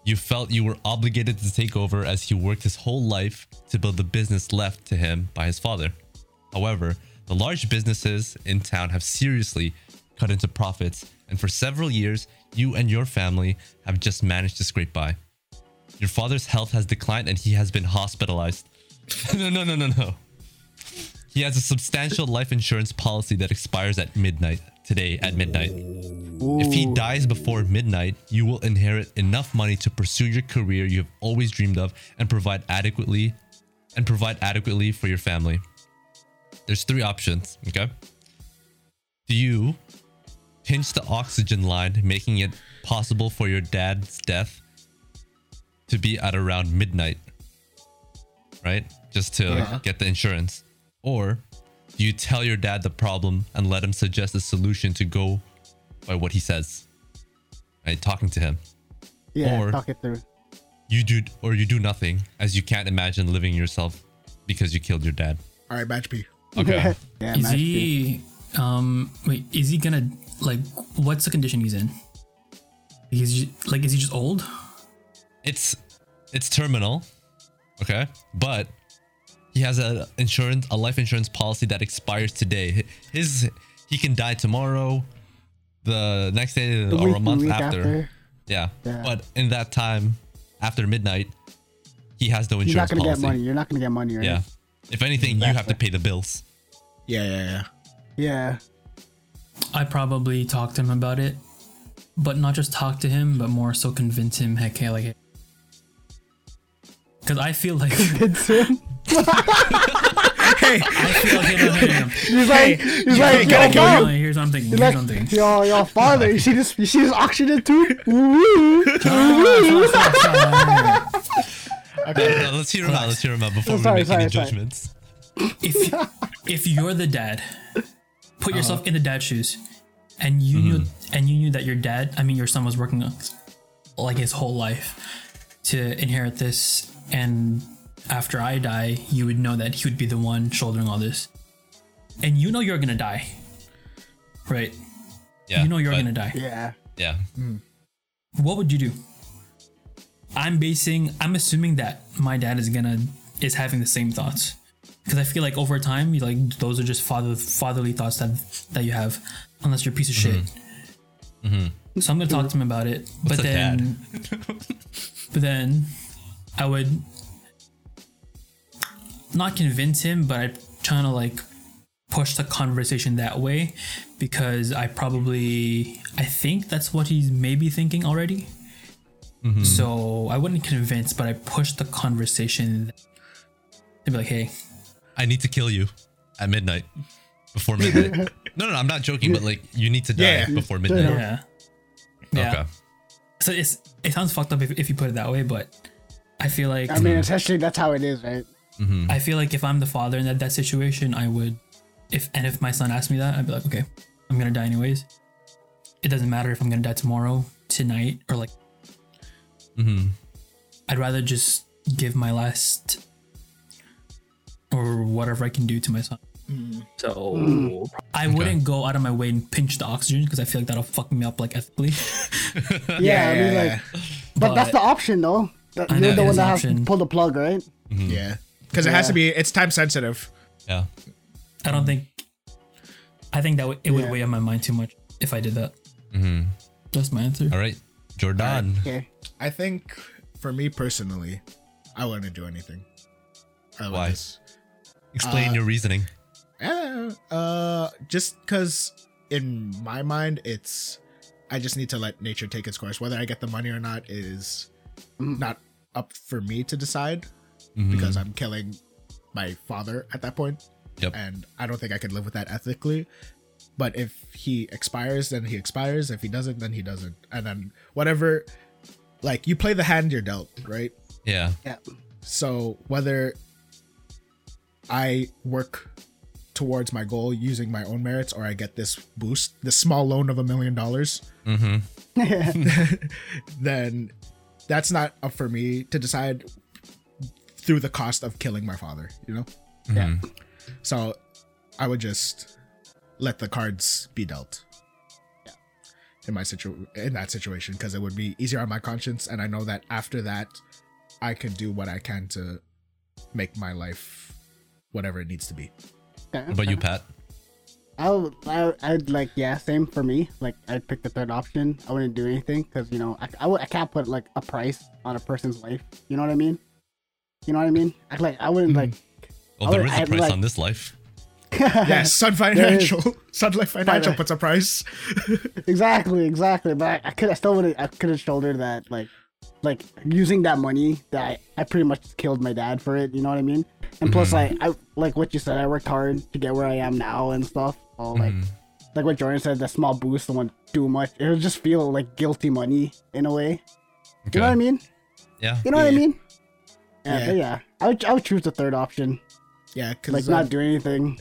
[SPEAKER 1] You felt you were obligated to take over as he worked his whole life to build the business left to him by his father. However, the large businesses in town have seriously cut into profits, and for several years, you and your family have just managed to scrape by. Your father's health has declined and he has been hospitalized. no, no, no, no, no. He has a substantial life insurance policy that expires at midnight today at midnight. If he dies before midnight, you will inherit enough money to pursue your career you have always dreamed of and provide adequately and provide adequately for your family. There's three options, okay? Do you pinch the oxygen line, making it possible for your dad's death to be at around midnight? Right? Just to
[SPEAKER 3] Yeah.
[SPEAKER 1] get the insurance. Or do you tell your dad the problem and let him suggest a solution to go by what he says. Right, talking to him.
[SPEAKER 2] Yeah,
[SPEAKER 1] Or-
[SPEAKER 2] talk it through.
[SPEAKER 1] You do or you do nothing, as you can't imagine living yourself because you killed your dad.
[SPEAKER 3] All right, match P.
[SPEAKER 1] Okay.
[SPEAKER 2] yeah,
[SPEAKER 4] Is
[SPEAKER 2] man.
[SPEAKER 4] he? Um, wait. Is he gonna like? What's the condition he's in? He's ju- like, is he just old?
[SPEAKER 1] it's it's terminal. Okay. But he has a insurance a life insurance policy that expires today. His he can die tomorrow, the next day
[SPEAKER 2] The
[SPEAKER 1] or
[SPEAKER 2] week-
[SPEAKER 1] a
[SPEAKER 2] the
[SPEAKER 1] month
[SPEAKER 2] week
[SPEAKER 1] after.
[SPEAKER 2] after.
[SPEAKER 1] Yeah.
[SPEAKER 2] Yeah.
[SPEAKER 1] But in that time, after midnight, he has no
[SPEAKER 2] You're not
[SPEAKER 1] insurance
[SPEAKER 2] gonna
[SPEAKER 1] policy.
[SPEAKER 2] get money. You're not gonna get money, right?
[SPEAKER 1] Yeah. If anything, you have to pay the bills.
[SPEAKER 3] Yeah, yeah, yeah.
[SPEAKER 2] Yeah.
[SPEAKER 4] I probably talk to him about it, but not just talk to him, but more so convince him. Heck, hey, like, because I feel like
[SPEAKER 2] It's him.
[SPEAKER 3] Hey,
[SPEAKER 4] I feel like he's him.
[SPEAKER 2] He's like, he's
[SPEAKER 3] hey,
[SPEAKER 2] like,
[SPEAKER 3] gotta
[SPEAKER 2] yo,
[SPEAKER 3] kill
[SPEAKER 2] Bob,
[SPEAKER 4] No, here's what I'm thinking.
[SPEAKER 2] he's
[SPEAKER 4] Here's what I'm
[SPEAKER 2] like,
[SPEAKER 4] thinking.
[SPEAKER 2] yo, yo, father, you see this, you see this auction it too? Woo!
[SPEAKER 1] No, no, let's hear him out. Let's hear him out before
[SPEAKER 2] Sorry,
[SPEAKER 1] we make any
[SPEAKER 2] sorry, sorry.
[SPEAKER 1] judgments.
[SPEAKER 4] if if you're the dad, put
[SPEAKER 1] Uh-huh.
[SPEAKER 4] yourself in the dad's shoes, and you knew
[SPEAKER 1] Mm-hmm.
[SPEAKER 4] and you knew that your dad, I mean your son, was working like his whole life to inherit this, and after I die, you would know that he would be the one shouldering all this, and you know you're gonna die, right?
[SPEAKER 1] Yeah,
[SPEAKER 4] you know you're
[SPEAKER 1] but-
[SPEAKER 4] gonna die.
[SPEAKER 2] Yeah.
[SPEAKER 1] Yeah,
[SPEAKER 4] What would you do? I'm basing. I'm assuming that my dad is gonna is having the same thoughts because I feel like over time, you like those are just father fatherly thoughts that that you have, unless you're a piece of shit. So I'm gonna talk to him about it,
[SPEAKER 1] Mm-hmm. What's
[SPEAKER 4] but
[SPEAKER 1] a
[SPEAKER 4] then, but then, I would not convince him, but I'm trying to like push the conversation that way because I probably I think that's what he's maybe thinking already. So I wouldn't convince, but I push the conversation to be like, hey,
[SPEAKER 1] I need to kill you at midnight, before midnight. no, no, no, I'm not joking. But like, you need to die
[SPEAKER 3] Yeah.
[SPEAKER 1] before midnight.
[SPEAKER 4] yeah, yeah.
[SPEAKER 1] Okay.
[SPEAKER 4] So it's it sounds fucked up if, if you put it that way, but I feel like
[SPEAKER 2] I mean, essentially, that's how it is, right?
[SPEAKER 4] I feel like if I'm the father in that, that situation, I would if and if my son asked me that, I'd be like, okay, I'm gonna die anyways. It doesn't matter if I'm gonna die tomorrow, tonight, or like. I'd rather just give my last or whatever I can do to my son. So I wouldn't go out of my way and pinch the oxygen because I feel like that'll fuck me up like ethically.
[SPEAKER 2] Yeah,
[SPEAKER 3] yeah,
[SPEAKER 2] I
[SPEAKER 3] yeah,
[SPEAKER 2] mean, like,
[SPEAKER 3] yeah.
[SPEAKER 2] but, that's the option, though. That-
[SPEAKER 4] I
[SPEAKER 2] You're
[SPEAKER 4] know,
[SPEAKER 2] the
[SPEAKER 4] it
[SPEAKER 2] one
[SPEAKER 4] is
[SPEAKER 2] that
[SPEAKER 4] an
[SPEAKER 2] has to
[SPEAKER 4] option.
[SPEAKER 2] pull the plug, right?
[SPEAKER 3] yeah. Because it has to be. It's time sensitive.
[SPEAKER 1] Yeah.
[SPEAKER 4] I don't think. I think that would it
[SPEAKER 2] Yeah.
[SPEAKER 4] would weigh on my mind too much if I did that. That's my answer.
[SPEAKER 1] All right, Jordan.
[SPEAKER 2] Okay.
[SPEAKER 3] I think for me personally, I wouldn't do anything. I
[SPEAKER 1] Why?
[SPEAKER 3] wouldn't. Uh,
[SPEAKER 1] Explain your reasoning.
[SPEAKER 3] Yeah, uh, just because in my mind, it's I just need to let nature take its course. Whether I get the money or not is not up for me to decide because I'm killing my father at that point,
[SPEAKER 1] Yep.
[SPEAKER 3] and I don't think I could live with that ethically. But if he expires, then he expires. If he doesn't, then he doesn't. And then whatever, like you play the hand you're dealt, right?
[SPEAKER 1] Yeah.
[SPEAKER 2] Yeah.
[SPEAKER 3] So whether I work towards my goal using my own merits, or I get this boost, this small loan of a million dollars, then that's not up for me to decide through the cost of killing my father, you know?
[SPEAKER 4] Yeah.
[SPEAKER 3] So I would just let the cards be dealt. In my situ in that situation, because it would be easier on my conscience, and I know that after that, I can do what I can to make my life whatever it needs to be.
[SPEAKER 1] What about you, Pat?
[SPEAKER 2] I'll, I, I'd like, yeah, same for me. Like, I'd pick the third option. I wouldn't do anything because, you know, I, I, would- I can't put like a price on a person's life. You know what I mean? You know what I mean? I, like, I wouldn't like.
[SPEAKER 1] Oh, there
[SPEAKER 2] would-
[SPEAKER 1] is
[SPEAKER 2] I'd
[SPEAKER 1] a price
[SPEAKER 2] like-
[SPEAKER 1] on this life.
[SPEAKER 3] Yes, Sun Financial, Sun Life Financial
[SPEAKER 2] Fine.
[SPEAKER 3] puts a price.
[SPEAKER 2] Exactly, exactly. But I, I could, I still wouldn't, I could have shouldered that, like, like using that money that I, I pretty much killed my dad for it. You know what I mean? And plus, I,
[SPEAKER 1] Mm-hmm.
[SPEAKER 2] I, like what you said, I worked hard to get where I am now and stuff. So like,
[SPEAKER 1] Mm-hmm.
[SPEAKER 2] like what Jordan said, that small boost won't do much. It'll just feel like guilty money in a way.
[SPEAKER 1] Okay.
[SPEAKER 2] You know what I mean?
[SPEAKER 1] Yeah.
[SPEAKER 2] You know what I mean? Yeah,
[SPEAKER 3] Yeah.
[SPEAKER 2] but yeah, I would, I would choose the third option,
[SPEAKER 3] Yeah,
[SPEAKER 2] like
[SPEAKER 3] because
[SPEAKER 2] not do anything.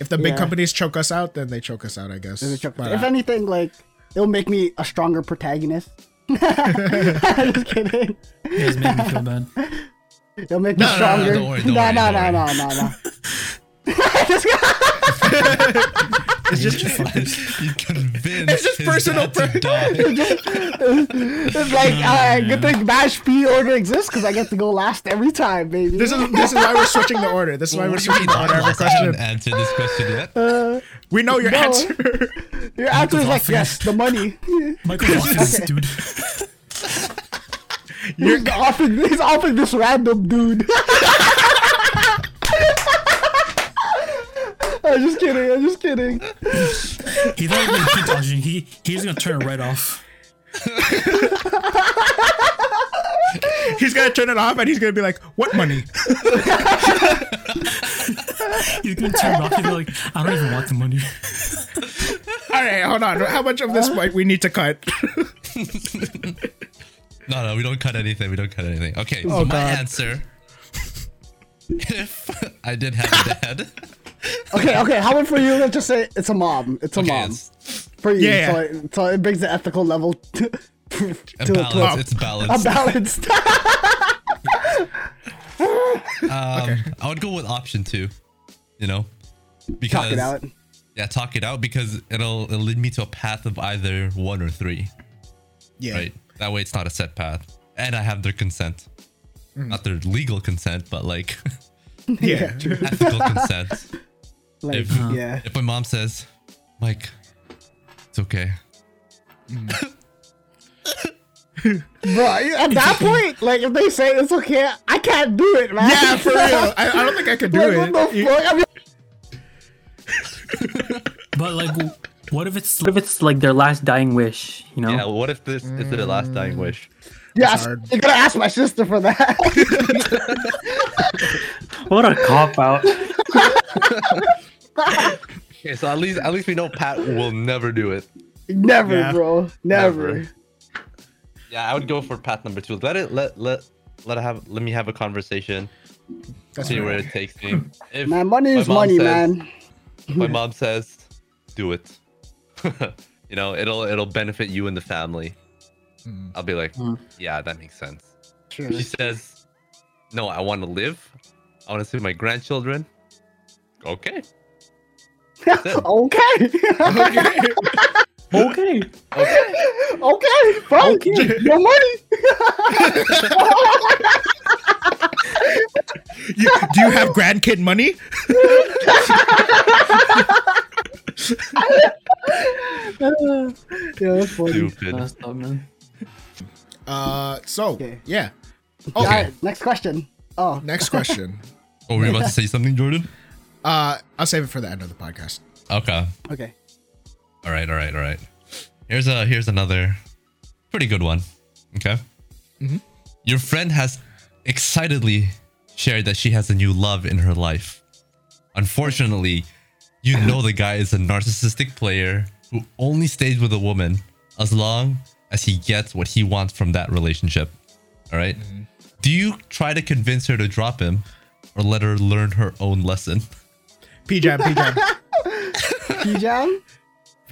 [SPEAKER 3] if the big
[SPEAKER 2] yeah.
[SPEAKER 3] companies choke us out, then they choke us out. I guess.
[SPEAKER 2] If, it's-
[SPEAKER 3] But,
[SPEAKER 2] if
[SPEAKER 3] uh,
[SPEAKER 2] anything, like it'll make me a stronger protagonist. Just kidding.
[SPEAKER 4] You guys made me feel bad.
[SPEAKER 2] It'll make
[SPEAKER 1] No, no,
[SPEAKER 2] me
[SPEAKER 1] no,
[SPEAKER 2] stronger.
[SPEAKER 1] don't worry, don't
[SPEAKER 2] no,
[SPEAKER 1] worry,
[SPEAKER 2] no,
[SPEAKER 1] don't
[SPEAKER 2] no, no,
[SPEAKER 1] worry.
[SPEAKER 2] no, no.
[SPEAKER 1] It's just you convinced.
[SPEAKER 3] It's just
[SPEAKER 1] his
[SPEAKER 3] personal
[SPEAKER 1] dad to die.
[SPEAKER 2] It's like uh, good thing Bash P order exists because I get to go last every time, baby.
[SPEAKER 3] this is this is why we're switching the order. This is why we're
[SPEAKER 1] What do you
[SPEAKER 3] switching
[SPEAKER 1] mean?
[SPEAKER 3] the order.
[SPEAKER 1] I
[SPEAKER 3] Every
[SPEAKER 1] lost- I haven't
[SPEAKER 3] question.
[SPEAKER 1] answered this question
[SPEAKER 3] Uh,
[SPEAKER 1] yet.
[SPEAKER 3] We know your
[SPEAKER 2] No.
[SPEAKER 3] answer.
[SPEAKER 2] Your answer is like
[SPEAKER 4] Michael's
[SPEAKER 2] yes, the money.
[SPEAKER 4] Michael's office, dude.
[SPEAKER 2] He's offering, he's offering this random dude. I'm just kidding. I'm just kidding.
[SPEAKER 4] He's not even keep dodging. He he's gonna turn it right off.
[SPEAKER 3] he's gonna turn it off and he's gonna be like, "What money?"
[SPEAKER 4] He's gonna turn it off. He's gonna be like, I don't even want the money.
[SPEAKER 3] All right, hold on. How much of
[SPEAKER 2] Uh.
[SPEAKER 3] this point we need to cut?
[SPEAKER 1] No, no, we don't cut anything. We don't cut anything. Okay, so
[SPEAKER 3] Oh,
[SPEAKER 1] my
[SPEAKER 3] God.
[SPEAKER 1] answer. If I did have a dad,
[SPEAKER 2] Okay, okay. How about for you? Let's just say it's a mom. It's a
[SPEAKER 1] okay,
[SPEAKER 2] mom
[SPEAKER 1] it's
[SPEAKER 2] for you.
[SPEAKER 3] Yeah,
[SPEAKER 2] So,
[SPEAKER 3] yeah.
[SPEAKER 2] it, so it brings the ethical level to, to,
[SPEAKER 1] a
[SPEAKER 2] to
[SPEAKER 1] balance.
[SPEAKER 2] a-
[SPEAKER 1] It's
[SPEAKER 2] a
[SPEAKER 1] balanced.
[SPEAKER 2] balanced.
[SPEAKER 1] Um, I would go with option two. You know, because
[SPEAKER 2] Talk it out.
[SPEAKER 1] yeah, talk it out because it'll it'll lead me to a path of either one or three.
[SPEAKER 3] Yeah.
[SPEAKER 1] Right. That way, it's not a set path, and I have their consent, not their legal consent, but like
[SPEAKER 3] Yeah.
[SPEAKER 1] ethical consent.
[SPEAKER 2] Like,
[SPEAKER 1] If- Uh-huh.
[SPEAKER 2] yeah.
[SPEAKER 1] If my mom says, Mike, it's okay.
[SPEAKER 2] Bro, at that point, like, if they say it's okay, I can't do it, man.
[SPEAKER 3] Yeah, for real. I, I don't think I could do
[SPEAKER 2] like, what
[SPEAKER 3] it.
[SPEAKER 2] the fuck? I mean,
[SPEAKER 4] But like, w- what if it's
[SPEAKER 5] What if it's like their last dying wish? You know,
[SPEAKER 1] what if this is their last dying
[SPEAKER 2] Mm.
[SPEAKER 1] wish?
[SPEAKER 2] yeah,
[SPEAKER 3] hard.
[SPEAKER 2] I gotta ask my sister for that.
[SPEAKER 5] what a cop out.
[SPEAKER 1] Okay, so at least at least we know Pat will never do it.
[SPEAKER 2] Never,
[SPEAKER 3] Yeah.
[SPEAKER 2] bro. Never.
[SPEAKER 1] Never. Yeah, I would go for path number two. Let it let let let have let me have a conversation.
[SPEAKER 3] That's
[SPEAKER 1] See where
[SPEAKER 3] right.
[SPEAKER 1] it takes me. If
[SPEAKER 2] Man, money
[SPEAKER 1] my
[SPEAKER 2] is
[SPEAKER 1] mom
[SPEAKER 2] money,
[SPEAKER 1] says-
[SPEAKER 2] man.
[SPEAKER 1] My mom says, "Do it." you know, it'll it'll benefit you and the family. I'll be like, "Yeah, that makes sense."
[SPEAKER 2] Mm. Sure.
[SPEAKER 1] She says, "No, I want to live. I want to see my grandchildren." Okay.
[SPEAKER 2] okay.
[SPEAKER 3] Okay.
[SPEAKER 5] Okay.
[SPEAKER 2] okay. Fine. Your money.
[SPEAKER 3] You, do you have grandkid money?
[SPEAKER 2] yeah, that's funny.
[SPEAKER 1] Stupid.
[SPEAKER 5] That's dumb, man.
[SPEAKER 3] Uh, so
[SPEAKER 2] Okay.
[SPEAKER 3] yeah.
[SPEAKER 2] All
[SPEAKER 3] Okay.
[SPEAKER 2] right, next question. Oh,
[SPEAKER 3] Next question.
[SPEAKER 1] Oh, were you about to say something, Jordan?
[SPEAKER 3] Uh, I'll save it for the end of the podcast.
[SPEAKER 1] Okay.
[SPEAKER 2] okay.
[SPEAKER 1] All right. All right. All right. Here's a here's another pretty good one. Okay. Your friend has excitedly shared that she has a new love in her life. Unfortunately, you know the guy is a narcissistic player who only stays with a woman as long as he gets what he wants from that relationship. All right? Do you try to convince her to drop him or let her learn her own lesson.
[SPEAKER 3] P jam, P jam.
[SPEAKER 2] P-Jam?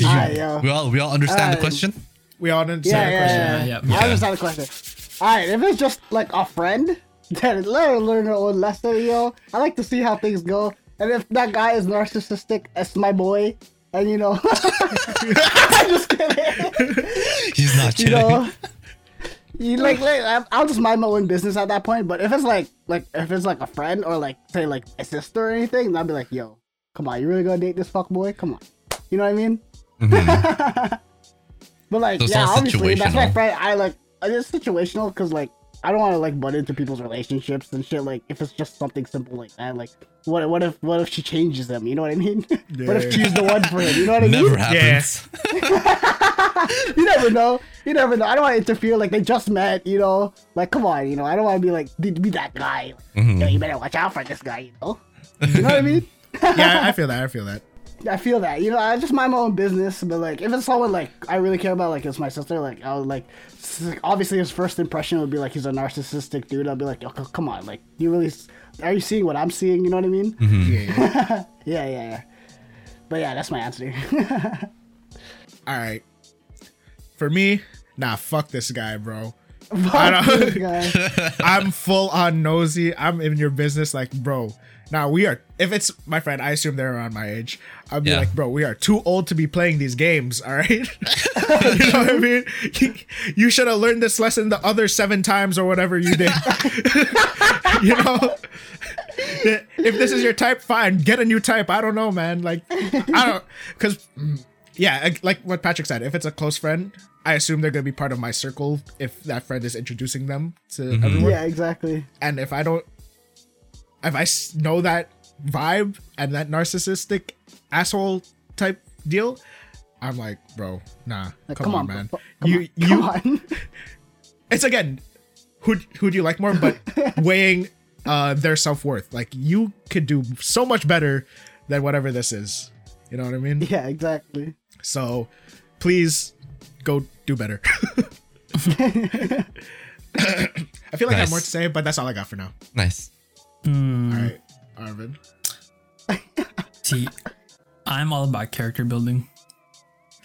[SPEAKER 2] Ah, yo.
[SPEAKER 1] We all we all understand the
[SPEAKER 2] Uh,
[SPEAKER 1] question.
[SPEAKER 3] We all understand
[SPEAKER 2] Yeah,
[SPEAKER 3] the
[SPEAKER 2] yeah,
[SPEAKER 3] question.
[SPEAKER 2] yeah,
[SPEAKER 4] Yeah,
[SPEAKER 2] yeah.
[SPEAKER 4] yeah.
[SPEAKER 2] I understand the question. All right, if it's just like a friend, then let her learn her own lesson, yo. I like to see how things go. And if that guy is narcissistic, it's my boy. And you know, I'm just kidding.
[SPEAKER 1] He's not
[SPEAKER 2] You
[SPEAKER 1] kidding.
[SPEAKER 2] know, you like, like I'm- I'll just mind my own business at that point. But if it's like, like if it's like a friend or like say like a sister or anything, then I'll be like, yo, come on, you really gonna date this fuck boy? Come on, you know what I mean?
[SPEAKER 1] Mhm.
[SPEAKER 2] But like,
[SPEAKER 1] So it's
[SPEAKER 2] yeah,
[SPEAKER 1] all
[SPEAKER 2] obviously that's my
[SPEAKER 1] situational.
[SPEAKER 2] friend. I like it's situational because like I don't want to like butt into people's relationships and shit. Like if it's just something simple like that, like what what if what if she changes him? You know what I mean? what
[SPEAKER 3] Yeah.
[SPEAKER 2] if she's the one for him? You know what I mean?
[SPEAKER 1] Never happens.
[SPEAKER 2] You never know. You never know. I don't want to interfere. Like they just met. You know, like come on. You know, I don't want to be like be be that guy. Like,
[SPEAKER 3] Mm-hmm.
[SPEAKER 1] Mhm.
[SPEAKER 2] Yo, you better watch out for this guy. You know. You know what I mean?
[SPEAKER 3] yeah, I feel that. I feel that.
[SPEAKER 2] I feel that. You know, I just mind my own business, but like if it's someone like I really care about, like it's my sister, like I would like s- like, obviously his first impression would be like he's a narcissistic dude. I'd be like, oh, c- come on, like you really s- are you seeing what I'm seeing? You know what I mean?
[SPEAKER 3] Yeah, yeah.
[SPEAKER 2] Yeah, yeah, yeah. But yeah, that's my answer.
[SPEAKER 3] All right. For me, nah, fuck this guy, bro.
[SPEAKER 2] Fuck
[SPEAKER 3] know.
[SPEAKER 2] this guy.
[SPEAKER 3] I'm full on nosy. I'm in your business, like, bro. Now we are. If it's my friend, I assume they're around my age. I'll be
[SPEAKER 1] Yeah.
[SPEAKER 3] like, bro, we are too old to be playing these games. All right, you know what I mean. You should have learned this lesson the other seven times or whatever you did. you know, if this is your type, fine. Get a new type. I don't know, man. Like, I don't, because yeah, like- like what Patrick said, if it's a close friend, I assume they're gonna be part of my circle if that friend is introducing them to everyone
[SPEAKER 2] yeah, exactly.
[SPEAKER 3] and if I don't, if I s- know that vibe and that narcissistic asshole type deal, I'm like, bro, nah,
[SPEAKER 2] Like,
[SPEAKER 3] come,
[SPEAKER 2] come,
[SPEAKER 3] on,
[SPEAKER 2] on,
[SPEAKER 3] man.
[SPEAKER 2] bro. Come
[SPEAKER 3] You,
[SPEAKER 2] on.
[SPEAKER 3] you,
[SPEAKER 2] Come on.
[SPEAKER 3] it's again, who who do you like more? But weighing uh their self worth, like you could do so much better than whatever this is. You know what I mean?
[SPEAKER 2] yeah, exactly.
[SPEAKER 3] So, please go do better. I feel like I have
[SPEAKER 1] Nice.
[SPEAKER 3] more to say, but that's all I got for now.
[SPEAKER 1] Nice.
[SPEAKER 3] All right, Arvin.
[SPEAKER 4] See, I'm all about character building.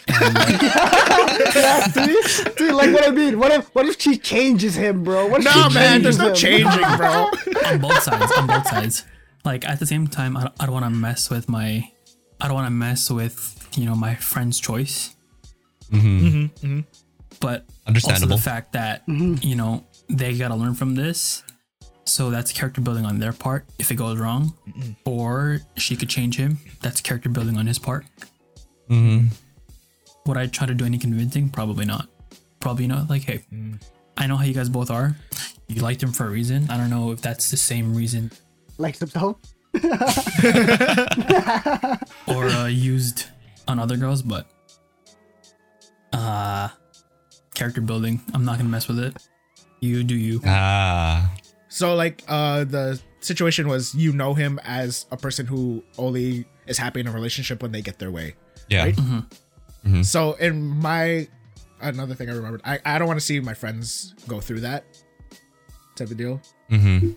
[SPEAKER 2] Yeah, see? Dude, like what I mean. What if what if she changes him, bro? What if
[SPEAKER 3] No,
[SPEAKER 2] she
[SPEAKER 3] man, there's no
[SPEAKER 2] changes him?
[SPEAKER 3] changing, bro.
[SPEAKER 4] on both sides. On both sides. Like at the same time, I, I don't want to mess with my, I don't want to mess with you know my friend's choice. But also
[SPEAKER 1] Understandable.
[SPEAKER 4] the fact that you know they gotta learn from this, so that's character building on their part. If it goes wrong, or she could change him, that's character building on his part. Would I try to do any convincing? Probably not. Probably not. Like, hey, I know how you guys both are. You liked him for a reason. I don't know if that's the same reason
[SPEAKER 2] Like some hope.
[SPEAKER 4] or uh, used on other girls, but uh character building. I'm not gonna mess with it. You do you.
[SPEAKER 1] Ah.
[SPEAKER 3] So like uh the situation was you know him as a person who only is happy in a relationship when they get their way.
[SPEAKER 1] Yeah. Mm-hmm.
[SPEAKER 3] Right? So in my another thing I remembered, I, I don't want to see my friends go through that type of deal.
[SPEAKER 1] Mm-hmm.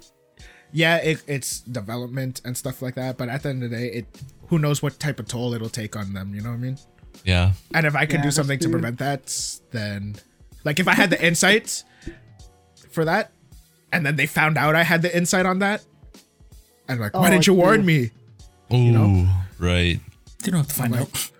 [SPEAKER 3] Yeah, it, it's development and stuff like that, but at the end of the day, it who knows what type of toll it'll take on them, you know what I mean?
[SPEAKER 1] Yeah.
[SPEAKER 3] And if I could
[SPEAKER 2] Yeah,
[SPEAKER 3] do
[SPEAKER 2] that's
[SPEAKER 3] something to
[SPEAKER 2] true.
[SPEAKER 3] prevent that, then like if I had the insight for that, and then they found out I had the insight on that, and like, why
[SPEAKER 2] Oh,
[SPEAKER 3] didn't you
[SPEAKER 2] yeah.
[SPEAKER 3] warn me?
[SPEAKER 1] Ooh. Right.
[SPEAKER 4] They don't have to find out.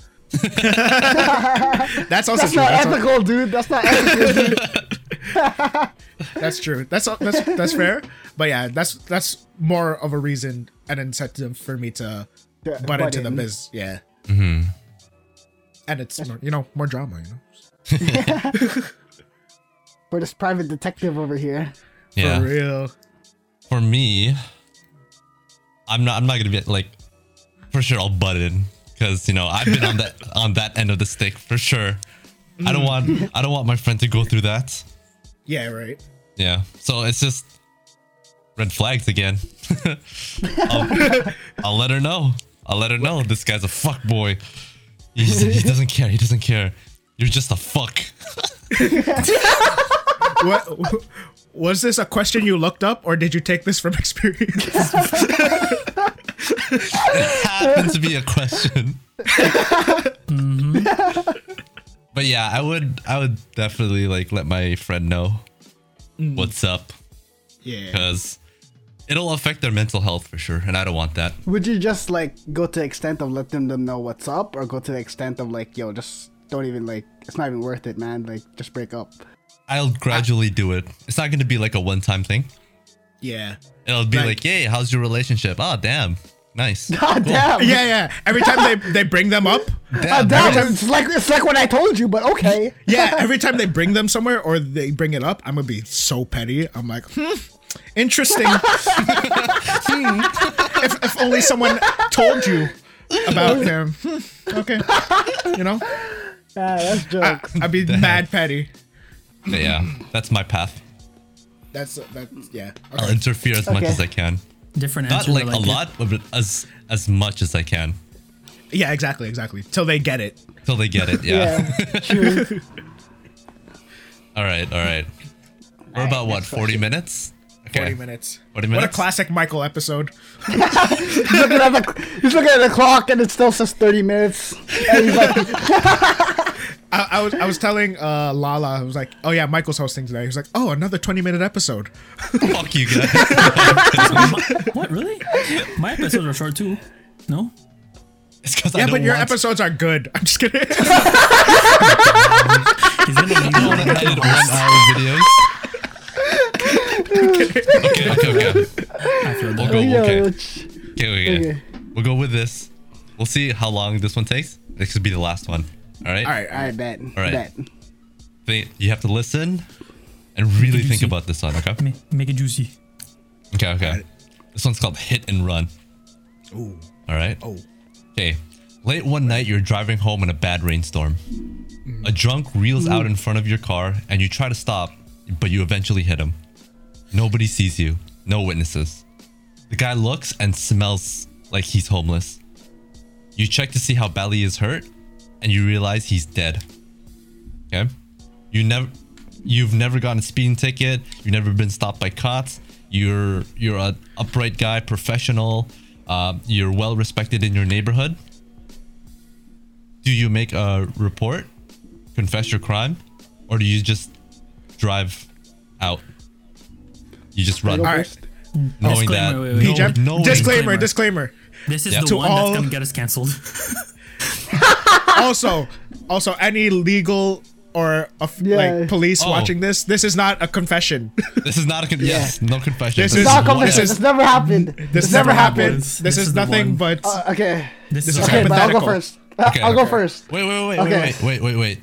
[SPEAKER 3] That's also
[SPEAKER 2] That's
[SPEAKER 3] true.
[SPEAKER 2] not
[SPEAKER 3] That's, al-
[SPEAKER 2] ethical, dude. That's not ethical. dude.
[SPEAKER 3] that's true. That's al- that's that's fair. But yeah, that's that's more of a reason, an incentive for me to
[SPEAKER 2] Yeah,
[SPEAKER 3] butt,
[SPEAKER 2] butt
[SPEAKER 3] into them
[SPEAKER 2] in.
[SPEAKER 3] is yeah. And it's more, you know more drama, you know.
[SPEAKER 2] We're this private detective over here.
[SPEAKER 1] Yeah.
[SPEAKER 3] For real.
[SPEAKER 1] for me, I'm not. I'm not gonna be like, for sure. I'll butt in because you know I've been on that on that end of the stick for sure. I
[SPEAKER 2] Mm.
[SPEAKER 1] don't want. I don't want my friend to go through that.
[SPEAKER 3] Yeah. Right.
[SPEAKER 1] Yeah. So it's just red flags again. I'll, I'll let her know. I'll let her know this guy's a fuck boy. He's, he doesn't care. He doesn't care. You're just a fuck.
[SPEAKER 3] what Was this a question you looked up, or did you take this from experience?
[SPEAKER 1] happened to be a question. but yeah, I would I would definitely like let my friend know what's up
[SPEAKER 3] yeah.
[SPEAKER 1] because it'll affect their mental health for sure, and I don't want that.
[SPEAKER 2] Would you just like go to the extent of letting them know what's up, or go to the extent of like, yo, just don't even like, it's not even worth it, man. Like, just break up.
[SPEAKER 1] I'll gradually do it. It's not going to be like a one time thing.
[SPEAKER 3] Yeah.
[SPEAKER 1] It'll be
[SPEAKER 3] Right.
[SPEAKER 1] like, "Hey, how's your relationship? Oh, damn, nice.
[SPEAKER 2] God Ah, damn.
[SPEAKER 3] Yeah, yeah. Every time they, they bring them up,
[SPEAKER 2] God
[SPEAKER 1] Damn,
[SPEAKER 2] damn.
[SPEAKER 1] nice.
[SPEAKER 2] It's like it's like what I told you, but okay.
[SPEAKER 3] yeah, every time they bring them somewhere or they bring it up, I'm gonna be so petty. I'm like, hmm, interesting. Hmm. if, if only someone told you about them. Hmm, okay, you know,
[SPEAKER 2] Yeah, that's
[SPEAKER 3] I,
[SPEAKER 2] joke.
[SPEAKER 3] I'd be mad petty.
[SPEAKER 1] But yeah, that's my path.
[SPEAKER 3] That's that's yeah. Okay.
[SPEAKER 1] I'll interfere as much
[SPEAKER 2] Okay.
[SPEAKER 1] as I can.
[SPEAKER 4] Different
[SPEAKER 1] Not
[SPEAKER 4] answer.
[SPEAKER 1] like
[SPEAKER 4] but
[SPEAKER 1] a
[SPEAKER 4] it.
[SPEAKER 1] lot, but as as much as I can
[SPEAKER 3] Yeah, exactly, exactly. Till they get it.
[SPEAKER 1] till they get it. yeah.
[SPEAKER 2] Yeah, true.
[SPEAKER 1] All right, all right. We're about what, 40 minutes? Okay.
[SPEAKER 3] Forty minutes.
[SPEAKER 1] 40
[SPEAKER 3] What a
[SPEAKER 1] minutes?
[SPEAKER 3] classic Michael episode.
[SPEAKER 2] He's looking at the he's looking at the clock, and it still says thirty minutes. And he's like,
[SPEAKER 3] I, I was I was telling uh, Lala, I was like, oh yeah, Michael's hosting today. He was like, oh, another twenty minute episode.
[SPEAKER 1] Fuck you guys.
[SPEAKER 4] What really? My episodes are short too. No.
[SPEAKER 1] it's because I
[SPEAKER 3] Yeah,
[SPEAKER 1] don't
[SPEAKER 3] but your
[SPEAKER 1] want
[SPEAKER 3] episodes are good. I'm just kidding.
[SPEAKER 4] He's gonna leave
[SPEAKER 1] I
[SPEAKER 4] out
[SPEAKER 1] don't wanna edit one-hour videos. okay, okay, okay.
[SPEAKER 4] after
[SPEAKER 1] We'll
[SPEAKER 4] that.
[SPEAKER 1] go,
[SPEAKER 2] yo,
[SPEAKER 1] okay. Okay,
[SPEAKER 2] ch-
[SPEAKER 1] okay.
[SPEAKER 2] Okay.
[SPEAKER 1] We'll go with this. We'll see how long this one takes. This could be the last one. All right?
[SPEAKER 3] all right, all
[SPEAKER 2] I
[SPEAKER 3] right.
[SPEAKER 2] bet.
[SPEAKER 1] right.
[SPEAKER 2] Bet.
[SPEAKER 1] Think- you have to listen and really think
[SPEAKER 4] juicy.
[SPEAKER 1] about this one, okay?
[SPEAKER 4] Ma- Make it juicy.
[SPEAKER 1] Okay, okay. This one's called Hit and Run.
[SPEAKER 3] Ooh,
[SPEAKER 1] All right?
[SPEAKER 3] oh,
[SPEAKER 1] Okay. Late one night, you're driving home in a bad rainstorm.
[SPEAKER 3] Mm.
[SPEAKER 1] A drunk reels out in front of your car, and you try to stop, but you eventually hit him. Nobody sees you, no witnesses. The guy looks and smells like he's homeless. You check to see how badly he is hurt, and you realize he's dead. Okay? You never you've never gotten a speeding ticket, you've never been stopped by cops, you're you're an upright guy, professional, um, you're well respected in your neighborhood. Do you make a report, confess your crime, or do you just drive out? You just run,
[SPEAKER 2] All
[SPEAKER 3] all
[SPEAKER 2] right.
[SPEAKER 3] right.
[SPEAKER 1] knowing
[SPEAKER 4] Disclaimer,
[SPEAKER 1] that.
[SPEAKER 4] wait, wait,
[SPEAKER 1] know-
[SPEAKER 4] wait.
[SPEAKER 3] PJ,
[SPEAKER 1] knowing-
[SPEAKER 3] disclaimer, disclaimer.
[SPEAKER 4] This is
[SPEAKER 1] Yeah.
[SPEAKER 4] the
[SPEAKER 1] To
[SPEAKER 4] one
[SPEAKER 3] all-
[SPEAKER 4] that's gonna get us canceled.
[SPEAKER 3] also, also, any legal or of
[SPEAKER 2] Yeah.
[SPEAKER 3] like police
[SPEAKER 1] Oh.
[SPEAKER 3] watching this, this is not a confession.
[SPEAKER 1] This is not a con- yes, no confession. This
[SPEAKER 3] This is-
[SPEAKER 1] is
[SPEAKER 2] Not
[SPEAKER 1] what-
[SPEAKER 2] conversation.
[SPEAKER 3] is-
[SPEAKER 2] This never happened.
[SPEAKER 3] This, never happened.
[SPEAKER 4] happens.
[SPEAKER 3] This,
[SPEAKER 4] This
[SPEAKER 3] is,
[SPEAKER 4] is the
[SPEAKER 3] nothing
[SPEAKER 4] one.
[SPEAKER 3] but
[SPEAKER 2] Uh, okay.
[SPEAKER 4] This is
[SPEAKER 3] This is
[SPEAKER 4] okay.
[SPEAKER 2] Okay, but I'll go
[SPEAKER 3] hypothetical.
[SPEAKER 2] first. Uh,
[SPEAKER 1] Okay,
[SPEAKER 2] I'll go
[SPEAKER 1] okay.
[SPEAKER 2] first.
[SPEAKER 1] Wait, wait, wait,
[SPEAKER 2] Okay.
[SPEAKER 1] wait, wait, wait, wait, wait.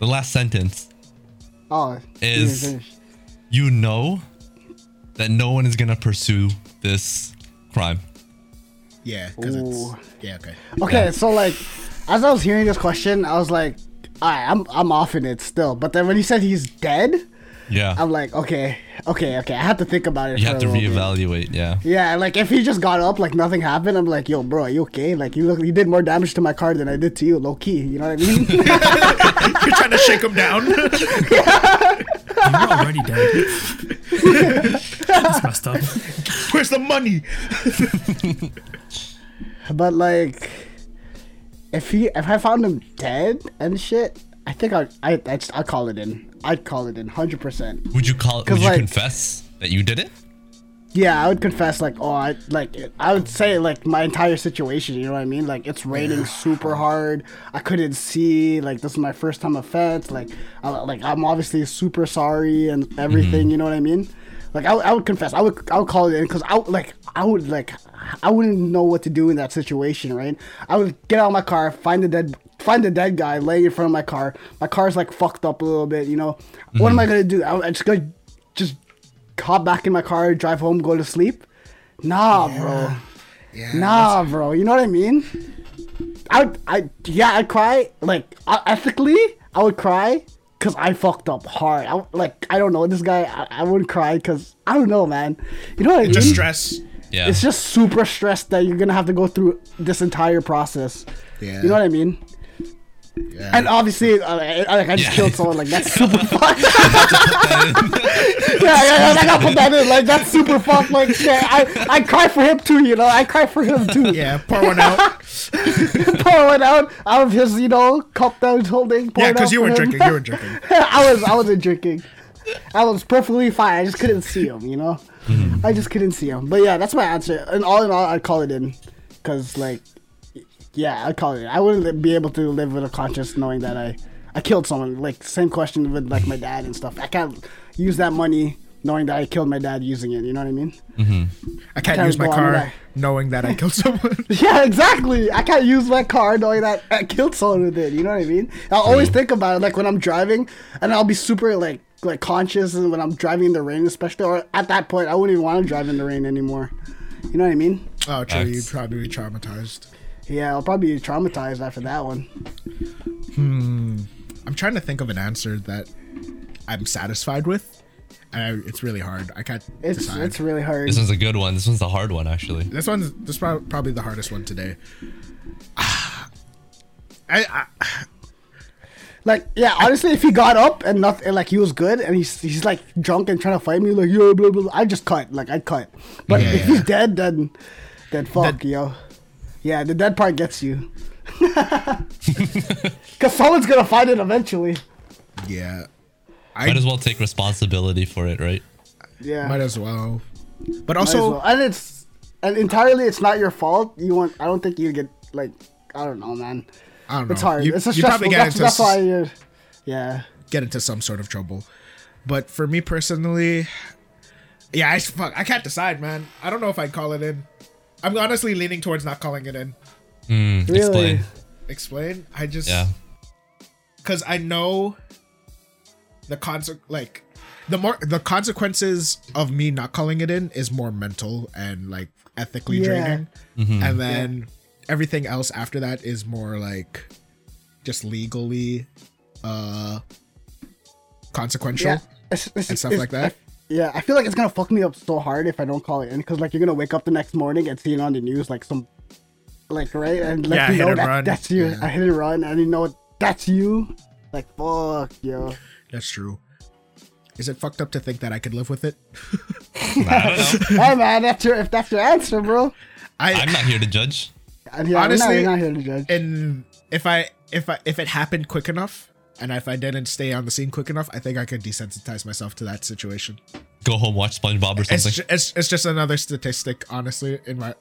[SPEAKER 1] The last sentence.
[SPEAKER 2] Oh,
[SPEAKER 1] Is-
[SPEAKER 2] you finish.
[SPEAKER 1] You know that no one is gonna pursue this crime.
[SPEAKER 3] yeah, because
[SPEAKER 2] Ooh.
[SPEAKER 3] it's yeah, okay.
[SPEAKER 2] okay? So like, as I was hearing this question, I was like, all right, I'm I'm off in it still. But then when you said he's dead,
[SPEAKER 1] Yeah,
[SPEAKER 2] I'm like, okay, okay, okay. I had to think about it.
[SPEAKER 1] you
[SPEAKER 2] for
[SPEAKER 1] have
[SPEAKER 2] a
[SPEAKER 1] to
[SPEAKER 2] little bit.
[SPEAKER 1] reevaluate. Yeah.
[SPEAKER 2] Yeah, like if he just got up like nothing happened, I'm like, yo, bro, are you okay? Like you look, you did more damage to my car than I did to you, low key. You know what I mean?
[SPEAKER 3] You're trying to shake him down.
[SPEAKER 4] You're already dead. That's messed up.
[SPEAKER 3] Where's the money?
[SPEAKER 2] but like, if he, if I found him dead and shit, I think I, I, I just, I call it in. I'd call it in, hundred percent.
[SPEAKER 1] Would you call? Would
[SPEAKER 2] 'Cause,
[SPEAKER 1] you
[SPEAKER 2] like-
[SPEAKER 1] confess that you did it?
[SPEAKER 2] Yeah, I would confess, like, oh, I like, I would say like my entire situation. You know what I mean? Like it's raining super hard. I couldn't see. Like this is my first time offense. Like, I, like I'm obviously super sorry and everything. You know what I mean? Like I, would- I would confess. I would I would call it in because I would, like I would like I wouldn't know what to do in that situation, right? I would get out of my car, find the dead find the dead guy laying in front of my car. My car's like fucked up a little bit. You know, what am I gonna do? I, I'm just gonna just hop back in my car, drive home, go to sleep. Nah, bro. nah, bro. You know what I mean? I, would- I, yeah, I'd cry. Like I, ethically, I would cry because I fucked up hard. I, like I don't know this guy. I, I wouldn't cry because I don't know, man. You know what I mean?
[SPEAKER 3] Just stress.
[SPEAKER 1] Yeah.
[SPEAKER 2] it's just super stressed that you're gonna have to go through this entire process.
[SPEAKER 3] Yeah.
[SPEAKER 2] You know what I mean?
[SPEAKER 3] Yeah.
[SPEAKER 2] And obviously, uh, I, I, like, I just
[SPEAKER 1] Yeah.
[SPEAKER 2] killed someone. Like that's super fucked. yeah, yeah, yeah, like, I put that in. Like that's super fucked. Like yeah, I, I cry for him too. You know, I cry for him too.
[SPEAKER 3] yeah, pour one out.
[SPEAKER 2] pour one out out of his, you know, cup that he's holding. pour
[SPEAKER 3] yeah,
[SPEAKER 2] it
[SPEAKER 3] because
[SPEAKER 2] out
[SPEAKER 3] you
[SPEAKER 2] for
[SPEAKER 3] were
[SPEAKER 2] him.
[SPEAKER 3] drinking. You were drinking.
[SPEAKER 2] I was I wasn't drinking. I was perfectly fine. I just couldn't see him, you know. I just couldn't see him. But yeah, that's my answer. And all in all, I'd call it in, cause like, yeah, I'd call it. In. I wouldn't li- be able to live with a conscience knowing that I, I killed someone. Like same question with like my dad and stuff. I can't use that money knowing that I killed my dad using it. You know what I mean?
[SPEAKER 3] I can't
[SPEAKER 2] Can't
[SPEAKER 3] use my
[SPEAKER 2] go on
[SPEAKER 3] car
[SPEAKER 2] that.
[SPEAKER 3] knowing that I killed someone.
[SPEAKER 2] Yeah, exactly. I can't use my car knowing that I killed someone with it. You know what I mean? I always think about it, like when I'm driving, and I'll be super like like conscious, and when I'm driving in the rain, especially, or at that point, I wouldn't even want to drive in the rain anymore. You know what I mean?
[SPEAKER 3] oh, true. You'd
[SPEAKER 1] Facts.
[SPEAKER 3] probably be traumatized.
[SPEAKER 2] Yeah, I'll probably be traumatized after that one.
[SPEAKER 3] I'm trying to think of an answer that I'm satisfied with. And I, it's really hard. I can't
[SPEAKER 2] It's
[SPEAKER 3] decide.
[SPEAKER 2] it's really hard.
[SPEAKER 1] This one's a good one. This one's a hard one, actually.
[SPEAKER 3] This one's this prob- probably the hardest one today. Ah, I, I
[SPEAKER 2] Like, yeah, honestly, if he got up and nothing, like he was good, and he's he's like drunk and trying to fight me, like yo, blah blah. blah, I just cut, like I'd cut. But
[SPEAKER 3] Yeah.
[SPEAKER 2] if he's dead, then then fuck,
[SPEAKER 3] That-
[SPEAKER 2] yo. Yeah, the dead part gets you. Cause someone's gonna find it eventually.
[SPEAKER 3] yeah.
[SPEAKER 1] Might
[SPEAKER 3] I
[SPEAKER 1] as well take responsibility for it, right?
[SPEAKER 2] Yeah,
[SPEAKER 3] might
[SPEAKER 2] might
[SPEAKER 3] as well. But
[SPEAKER 2] as
[SPEAKER 3] also,
[SPEAKER 2] well. and it's and entirely it's not your fault. You want? I don't think you get like I don't know, man.
[SPEAKER 3] I don't know.
[SPEAKER 2] It's hard.
[SPEAKER 3] You,
[SPEAKER 2] it's a
[SPEAKER 3] you
[SPEAKER 2] stressful.
[SPEAKER 3] probably get
[SPEAKER 2] that's,
[SPEAKER 3] into
[SPEAKER 2] that's why you're. Yeah.
[SPEAKER 3] get into some sort of trouble. But for me personally, yeah, I fuck, I can't decide, man. I don't know if I'd call it in. I'm honestly leaning towards not calling it in.
[SPEAKER 2] Really?
[SPEAKER 1] Explain.
[SPEAKER 3] Explain. I just
[SPEAKER 1] Yeah.
[SPEAKER 3] because I know the conse- like the more the consequences of me not calling it in is more mental and like ethically
[SPEAKER 2] Yeah.
[SPEAKER 3] draining,
[SPEAKER 1] Mm-hmm.
[SPEAKER 3] and then everything else after that is more like just legally uh consequential.
[SPEAKER 2] Yeah. It's- it's-
[SPEAKER 3] and stuff
[SPEAKER 2] it's-
[SPEAKER 3] like that.
[SPEAKER 2] Yeah, I feel like it's gonna fuck me up so hard if I don't call it in, because like you're gonna wake up the next morning and seeing on the news like some, like right, and like
[SPEAKER 3] Yeah,
[SPEAKER 2] you
[SPEAKER 3] hit
[SPEAKER 2] know
[SPEAKER 3] and
[SPEAKER 2] that
[SPEAKER 3] run.
[SPEAKER 2] that's you,
[SPEAKER 3] Yeah.
[SPEAKER 2] I hit and run, and you know that's you, like fuck yo.
[SPEAKER 3] That's true. Is it fucked up to think that I could live with it?
[SPEAKER 1] I don't know.
[SPEAKER 2] hey man, that's your if that's your answer, bro.
[SPEAKER 1] I'm
[SPEAKER 3] I
[SPEAKER 1] not here to judge.
[SPEAKER 2] And yeah, honestly, we're
[SPEAKER 3] Honestly,
[SPEAKER 2] not, we're not here to judge.
[SPEAKER 3] and if I if I if it happened quick enough and if I didn't stay on the scene quick enough, I think I could desensitize myself to that situation.
[SPEAKER 1] Go home, watch SpongeBob or
[SPEAKER 3] It's
[SPEAKER 1] something.
[SPEAKER 3] ju- it's, it's just another statistic, honestly, in my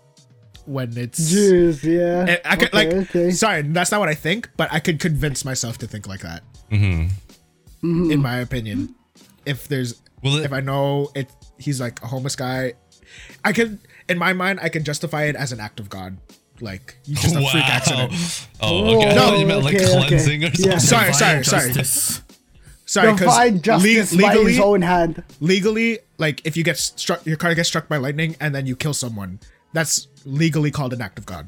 [SPEAKER 3] when it's Eh,
[SPEAKER 2] Jeez, yeah.
[SPEAKER 3] I, I could
[SPEAKER 2] okay,
[SPEAKER 3] like
[SPEAKER 2] okay.
[SPEAKER 3] sorry, that's not what I think, but I could convince myself to think like that.
[SPEAKER 1] Mm-hmm.
[SPEAKER 2] Mm-hmm.
[SPEAKER 3] In my opinion, if there's
[SPEAKER 1] Well, it-
[SPEAKER 3] if I know it, he's like a homeless guy. I could, in my mind, I could justify it as an act of God, like you just a
[SPEAKER 1] wow.
[SPEAKER 3] freak accident.
[SPEAKER 1] Oh, okay. I
[SPEAKER 2] Oh,
[SPEAKER 1] thought you meant like
[SPEAKER 2] okay, okay.
[SPEAKER 1] cleansing or
[SPEAKER 2] Yeah.
[SPEAKER 1] something.
[SPEAKER 3] Sorry, sorry,
[SPEAKER 4] Divine
[SPEAKER 3] sorry,
[SPEAKER 4] justice.
[SPEAKER 3] sorry.
[SPEAKER 2] Divine
[SPEAKER 3] Because
[SPEAKER 2] justice by
[SPEAKER 3] legally,
[SPEAKER 2] his own hand.
[SPEAKER 3] legally, like if you get struck, your car gets struck by lightning, and then you kill someone, that's legally called an act of God.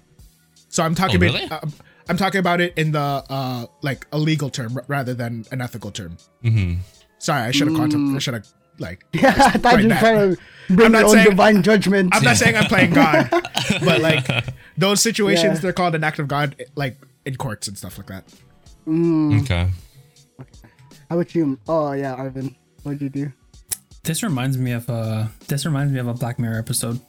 [SPEAKER 3] So I'm talking
[SPEAKER 1] Oh,
[SPEAKER 3] about,
[SPEAKER 1] really?
[SPEAKER 3] uh, I'm talking about it in the uh like a legal term r- rather than an ethical term. Mm-hmm. Sorry, I should have contem-
[SPEAKER 2] Mm.
[SPEAKER 3] I should have like.
[SPEAKER 2] Yeah, I thought you were
[SPEAKER 3] back.
[SPEAKER 2] trying to bring
[SPEAKER 3] not
[SPEAKER 2] your own
[SPEAKER 3] saying-
[SPEAKER 2] divine judgment.
[SPEAKER 3] I'm not saying I'm playing God, but like those situations,
[SPEAKER 2] Yeah.
[SPEAKER 3] they're called an act of God, eh, like in courts and stuff like that.
[SPEAKER 1] Okay.
[SPEAKER 2] How about you? Oh yeah, Arvin, what'd you do?
[SPEAKER 4] This reminds me of uh this reminds me of a Black Mirror episode.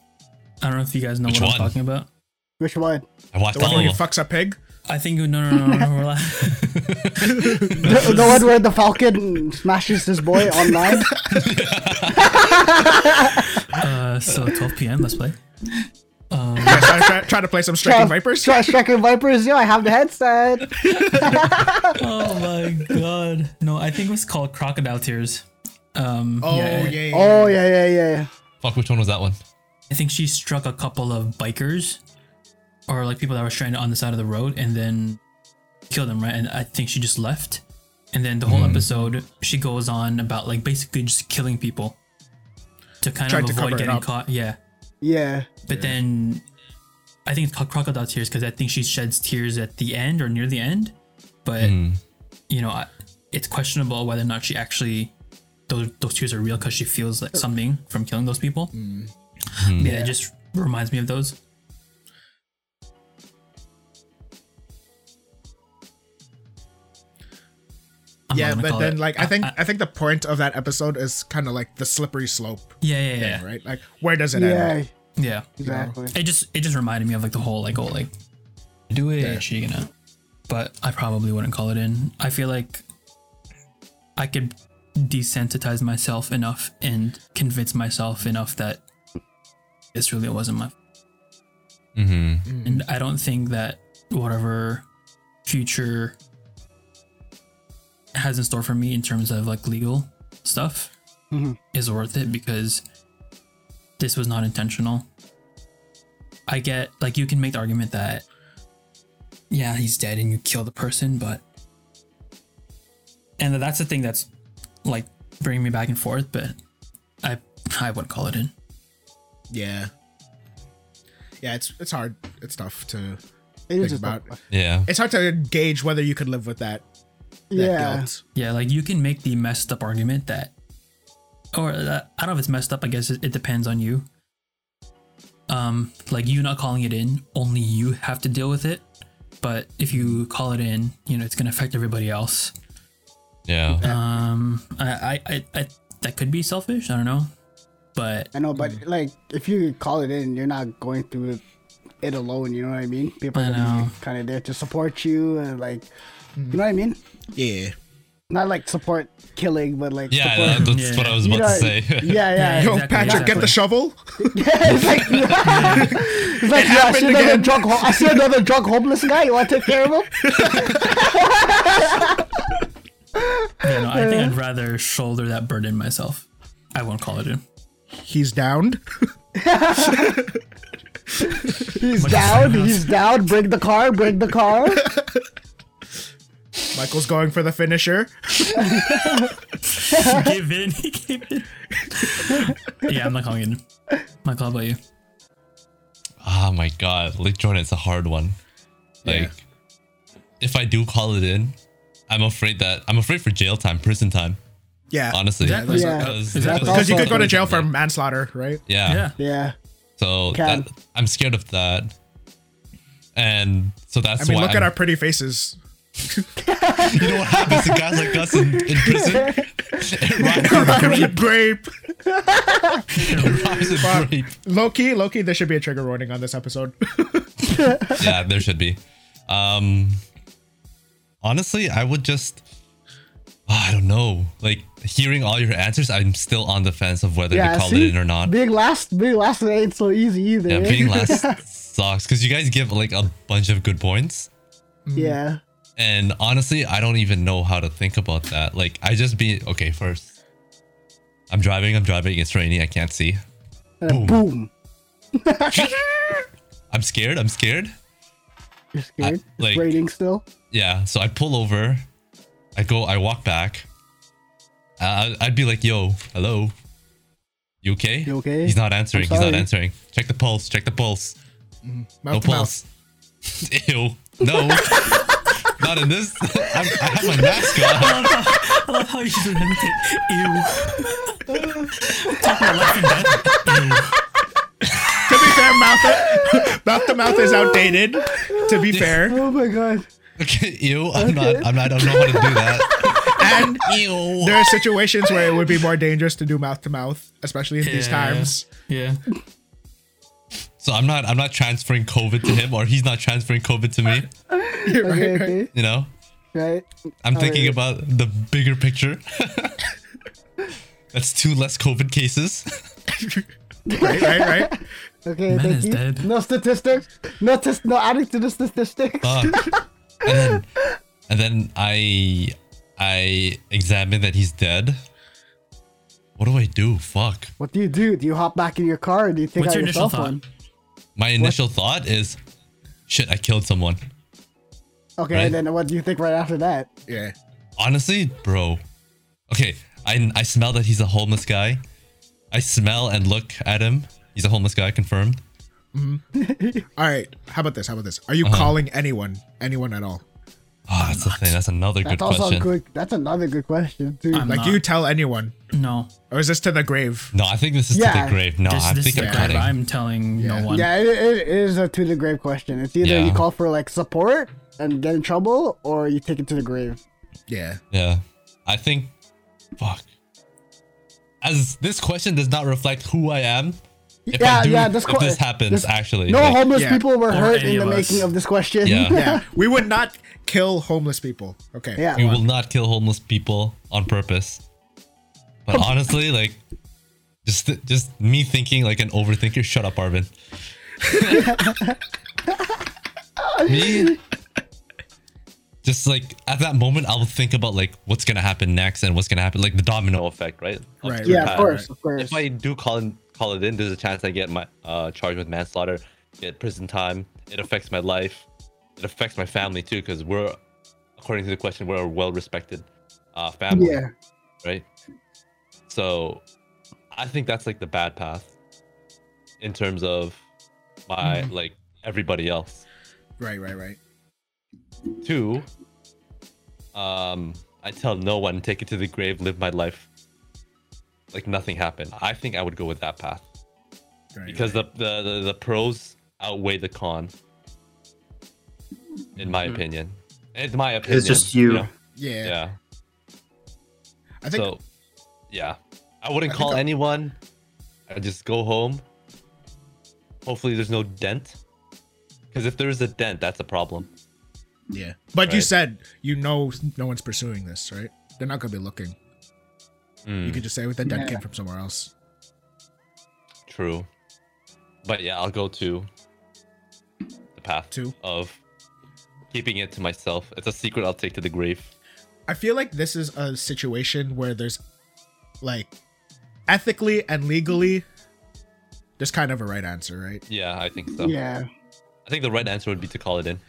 [SPEAKER 4] I don't know if you guys know
[SPEAKER 1] Which
[SPEAKER 4] what
[SPEAKER 1] one?
[SPEAKER 4] I'm talking about.
[SPEAKER 2] Which one?
[SPEAKER 1] I watched
[SPEAKER 3] The one
[SPEAKER 1] all
[SPEAKER 3] where he
[SPEAKER 1] of them.
[SPEAKER 3] fucks a pig.
[SPEAKER 4] I think no no no no no, no relax.
[SPEAKER 2] The, the one where the falcon smashes his boy online.
[SPEAKER 4] Uh, so 12 p.m. Let's play.
[SPEAKER 3] Yeah, so I try, try to play some striking vipers.
[SPEAKER 2] Stri- Striking Oh, Vipers. Yo, I have the headset.
[SPEAKER 4] Oh my god. No, I think it was called Crocodile Tears. Um,
[SPEAKER 3] Oh
[SPEAKER 4] yeah,
[SPEAKER 3] yeah. yeah.
[SPEAKER 2] Oh yeah, yeah, yeah. yeah.
[SPEAKER 1] Fuck, which one was that one?
[SPEAKER 4] I think she struck a couple of bikers or like people that were stranded on the side of the road and then killed them, right? And I think she just left. And then the whole
[SPEAKER 3] Mm-hmm.
[SPEAKER 4] episode, she goes on about like basically just killing people to kind
[SPEAKER 3] Tried
[SPEAKER 4] of
[SPEAKER 3] to cover
[SPEAKER 4] avoid
[SPEAKER 3] it
[SPEAKER 4] getting
[SPEAKER 3] up.
[SPEAKER 4] caught. Yeah.
[SPEAKER 2] Yeah.
[SPEAKER 4] But then I think it's called crocodile tears because I think she sheds tears at the end or near the end. But you know, I, it's questionable whether or not she actually those those tears are real because she feels like something from killing those people.
[SPEAKER 3] Hmm.
[SPEAKER 4] Yeah, it just reminds me of those.
[SPEAKER 3] yeah,
[SPEAKER 4] gonna
[SPEAKER 3] but
[SPEAKER 4] call
[SPEAKER 3] then
[SPEAKER 4] it.
[SPEAKER 3] like I think I, think the point of that episode is kind of like the slippery slope,
[SPEAKER 4] yeah, yeah, yeah,
[SPEAKER 3] right? Like where does it
[SPEAKER 2] Yeah,
[SPEAKER 3] end?
[SPEAKER 4] yeah.
[SPEAKER 2] exactly.
[SPEAKER 4] It just it just reminded me of like the whole like oh like do it
[SPEAKER 3] Yeah.
[SPEAKER 4] she gonna, but I probably wouldn't call it in. I feel like I could desensitize myself enough and convince myself enough that this really wasn't my
[SPEAKER 1] Mm-hmm.
[SPEAKER 4] and I don't think that whatever future has in store for me in terms of like legal stuff
[SPEAKER 2] Mhm.
[SPEAKER 4] is worth it because this was not intentional. I get like you can make the argument that yeah, he's dead and you kill the person, but and that's the thing that's like bringing me back and forth, but I I wouldn't call it in.
[SPEAKER 3] Yeah. Yeah, it's it's hard. It's tough to
[SPEAKER 2] It was
[SPEAKER 3] think
[SPEAKER 2] just
[SPEAKER 3] about.
[SPEAKER 1] Yeah.
[SPEAKER 3] It's hard to gauge whether you could live with that, that
[SPEAKER 2] yeah.
[SPEAKER 3] guilt.
[SPEAKER 4] Yeah, like you can make the messed up argument that, or uh, I don't know if it's messed up. I guess it, it depends on you. Um, like you not calling it in, only you have to deal with it. But if you call it in, you know it's gonna affect everybody else.
[SPEAKER 1] Yeah.
[SPEAKER 4] Um, I, I, I, I that could be selfish. I don't know, but
[SPEAKER 2] I know,
[SPEAKER 3] Mm.
[SPEAKER 2] but like if you call it in, you're not going through it alone. You know what I mean? People
[SPEAKER 4] I
[SPEAKER 2] are
[SPEAKER 4] know.
[SPEAKER 2] kind of there to support you and like,
[SPEAKER 3] Mm.
[SPEAKER 2] you know what I mean?
[SPEAKER 3] Yeah.
[SPEAKER 2] Not like support killing, but like
[SPEAKER 1] Yeah.
[SPEAKER 2] support.
[SPEAKER 1] that- that's
[SPEAKER 4] Yeah.
[SPEAKER 1] what I was
[SPEAKER 2] you
[SPEAKER 1] about to
[SPEAKER 2] know-
[SPEAKER 1] say.
[SPEAKER 2] yeah, yeah.
[SPEAKER 3] Yo,
[SPEAKER 4] Exactly,
[SPEAKER 3] Patrick, get
[SPEAKER 4] exactly.
[SPEAKER 3] the shovel.
[SPEAKER 2] it's like, it's like yeah, I see
[SPEAKER 3] happened
[SPEAKER 2] another
[SPEAKER 3] again.
[SPEAKER 2] drug. Ho- I see another drug homeless guy. You want to take care of him?
[SPEAKER 4] you know, I think I'd rather shoulder that burden myself. I won't call it in.
[SPEAKER 3] He's downed.
[SPEAKER 2] He's down. He's down. Bring the car. Bring the car.
[SPEAKER 3] Michael's going for the finisher.
[SPEAKER 4] give in. He gave in. yeah, I'm not calling it in. Michael, how about you?
[SPEAKER 1] Oh my god, like Jordan, it's a hard one. Like,
[SPEAKER 3] Yeah.
[SPEAKER 1] if I do call it in, I'm afraid that I'm afraid for jail time, prison time.
[SPEAKER 3] Yeah.
[SPEAKER 1] Honestly,
[SPEAKER 4] Exactly.
[SPEAKER 2] Yeah.
[SPEAKER 1] yeah.
[SPEAKER 2] That's
[SPEAKER 3] Because you
[SPEAKER 2] Also-
[SPEAKER 3] could go to jail for manslaughter, right?
[SPEAKER 1] yeah.
[SPEAKER 4] Yeah.
[SPEAKER 2] Yeah.
[SPEAKER 1] So
[SPEAKER 2] Can.
[SPEAKER 1] that, I'm scared of that, and so that's
[SPEAKER 3] I mean,
[SPEAKER 1] why.
[SPEAKER 3] look at
[SPEAKER 1] I'm-
[SPEAKER 3] our pretty faces.
[SPEAKER 1] You know what happens to guys like us in, in prison? It rhymes
[SPEAKER 3] Grape. Grape.
[SPEAKER 1] with- rhymes with
[SPEAKER 3] Fuck.
[SPEAKER 1] grape.
[SPEAKER 3] Loki, Loki, there should be a trigger warning on this episode.
[SPEAKER 1] yeah, there should be. Um honestly, I would just ah, I don't know. Like hearing all your answers, I'm still on the fence of whether
[SPEAKER 2] Yeah.
[SPEAKER 1] to call
[SPEAKER 2] see?
[SPEAKER 1] it in or not.
[SPEAKER 2] Being last. Being last ain't so easy either.
[SPEAKER 1] yeah,
[SPEAKER 2] eh?
[SPEAKER 1] being last sucks because you guys give like a bunch of good points.
[SPEAKER 2] yeah.
[SPEAKER 1] And honestly, I don't even know how to think about that. Like I just be okay, first. I'm driving, I'm driving, it's raining, I can't see.
[SPEAKER 2] And then Uh, boom.
[SPEAKER 1] I'm scared, I'm scared.
[SPEAKER 2] You're scared. it's
[SPEAKER 1] like-
[SPEAKER 2] raining still.
[SPEAKER 1] Yeah, so I pull over, I go, I walk back. Uh, I'd be like, "Yo, hello, you okay?
[SPEAKER 2] You okay?
[SPEAKER 1] He's not answering. He's not
[SPEAKER 2] sorry.
[SPEAKER 1] answering. Check the pulse. Check the pulse.
[SPEAKER 3] Mouth
[SPEAKER 1] No
[SPEAKER 3] to mouth.
[SPEAKER 1] pulse. Ew. No. not in this. I'm, I have my mask on.
[SPEAKER 4] I love how you just went into ew. Talking about life and death.
[SPEAKER 3] To be fair, mouth, mouth to mouth is outdated. To be fair,
[SPEAKER 2] Oh my god.
[SPEAKER 1] Okay. Ew. I'm not. I'm not. I don't know how to do that.
[SPEAKER 3] and
[SPEAKER 1] Ew.
[SPEAKER 3] there are situations where it would be more dangerous to do mouth to mouth, especially in these
[SPEAKER 4] Yeah.
[SPEAKER 3] times.
[SPEAKER 4] Yeah.
[SPEAKER 1] So I'm not. I'm not transferring COVID to him, or he's not transferring COVID to me.
[SPEAKER 2] Okay. Okay.
[SPEAKER 1] You know.
[SPEAKER 2] Right.
[SPEAKER 1] I'm thinking
[SPEAKER 2] right.
[SPEAKER 1] about the bigger picture. That's two less COVID cases.
[SPEAKER 3] Right, right, right.
[SPEAKER 2] Okay.
[SPEAKER 4] Man
[SPEAKER 2] thank
[SPEAKER 4] is
[SPEAKER 2] you.
[SPEAKER 4] dead.
[SPEAKER 2] No statistics. No. Tis- no adding to the statistics.
[SPEAKER 1] Uh, Fuck. and then, and then I, I examine that he's dead. What do I do? Fuck.
[SPEAKER 2] What do you do? Do you hop back in your car or do you take
[SPEAKER 4] What's
[SPEAKER 2] out your,
[SPEAKER 4] your initial
[SPEAKER 2] cell phone?
[SPEAKER 4] thought?
[SPEAKER 1] My initial thought is, shit, I killed someone.
[SPEAKER 2] Okay,
[SPEAKER 1] Right.
[SPEAKER 2] and then what do you think right after that?
[SPEAKER 3] Yeah.
[SPEAKER 1] Honestly, bro. Okay, I I smell that he's a homeless guy. I smell and look at him. He's a homeless guy, confirmed.
[SPEAKER 3] All right. How about this? How about this? Are you
[SPEAKER 1] Uh-huh.
[SPEAKER 3] calling anyone, anyone at all?
[SPEAKER 1] Ah, that's the thing. That's another
[SPEAKER 2] That's
[SPEAKER 1] good
[SPEAKER 2] also
[SPEAKER 1] question.
[SPEAKER 2] a good. That's another good question too.
[SPEAKER 4] I'm
[SPEAKER 3] Like,
[SPEAKER 4] not.
[SPEAKER 3] do you tell anyone,
[SPEAKER 4] No.
[SPEAKER 3] or is this to the grave?
[SPEAKER 1] No, I think this is to
[SPEAKER 2] Yeah,
[SPEAKER 1] the grave. No,
[SPEAKER 4] This,
[SPEAKER 1] Oh, I
[SPEAKER 4] this
[SPEAKER 1] think
[SPEAKER 4] is
[SPEAKER 1] I'm
[SPEAKER 4] the grave.
[SPEAKER 1] cutting.
[SPEAKER 4] I'm telling no one.
[SPEAKER 2] yeah, it, it it is a to the grave question. It's either
[SPEAKER 1] Yeah.
[SPEAKER 2] you call for like support and get in trouble, or you take it to the grave.
[SPEAKER 3] Yeah.
[SPEAKER 1] Yeah. I think, fuck. As this question does not reflect who I am. If
[SPEAKER 2] Yeah,
[SPEAKER 1] I do,
[SPEAKER 2] yeah, this
[SPEAKER 1] if this
[SPEAKER 2] que-
[SPEAKER 1] happens,
[SPEAKER 2] this-
[SPEAKER 1] actually.
[SPEAKER 2] No
[SPEAKER 1] like,
[SPEAKER 2] homeless
[SPEAKER 3] yeah.
[SPEAKER 2] people were hurt
[SPEAKER 4] any
[SPEAKER 2] in the
[SPEAKER 4] of us.
[SPEAKER 2] making of this question.
[SPEAKER 1] Yeah.
[SPEAKER 3] Yeah, we would not kill homeless people. Okay.
[SPEAKER 2] Yeah.
[SPEAKER 1] we will not kill homeless people on purpose. But honestly, like, just just me thinking like an overthinker. Shut up, Arvin. me, just like at that moment, I will think about like what's gonna happen next and what's gonna happen, like the domino effect, right? Of
[SPEAKER 3] Right,
[SPEAKER 1] three
[SPEAKER 2] Yeah, of
[SPEAKER 1] patterns.
[SPEAKER 2] course, of course.
[SPEAKER 1] If I do call in, call it in, there's a chance I get my uh, charged with manslaughter, get prison time. It affects my life. It affects my family too, because we're, according to the question, we're a well-respected uh, family,
[SPEAKER 2] Yeah.
[SPEAKER 1] right? So, I think that's like the bad path, in terms of my like everybody else.
[SPEAKER 3] Right, right, right.
[SPEAKER 1] Two, um, I tell no one, take it to the grave, live my life. Like nothing happened. I think I would go with that path
[SPEAKER 3] right
[SPEAKER 1] because the, the the the pros outweigh the con in my opinion it's my opinion
[SPEAKER 5] It's just you.
[SPEAKER 1] know?
[SPEAKER 3] Hmm. yeah.
[SPEAKER 1] yeah,
[SPEAKER 3] I think
[SPEAKER 1] so yeah i wouldn't
[SPEAKER 3] I think
[SPEAKER 1] call
[SPEAKER 3] I-
[SPEAKER 1] anyone i just go home hopefully there's no dent because if there's a dent that's a problem
[SPEAKER 3] yeah. But you
[SPEAKER 1] Right.
[SPEAKER 3] said you know no one's pursuing this, right? They're not gonna be looking.
[SPEAKER 1] Hmm.
[SPEAKER 3] You could just say with that dent came from somewhere else.
[SPEAKER 1] true but yeah i'll go to the path
[SPEAKER 3] Two.
[SPEAKER 1] of keeping it to myself it's a secret i'll take to the grave
[SPEAKER 3] I feel like this is a situation where there's like ethically and legally there's kind of a right answer, right?
[SPEAKER 1] yeah i think so
[SPEAKER 2] Yeah.
[SPEAKER 1] i think the right answer would be to call it in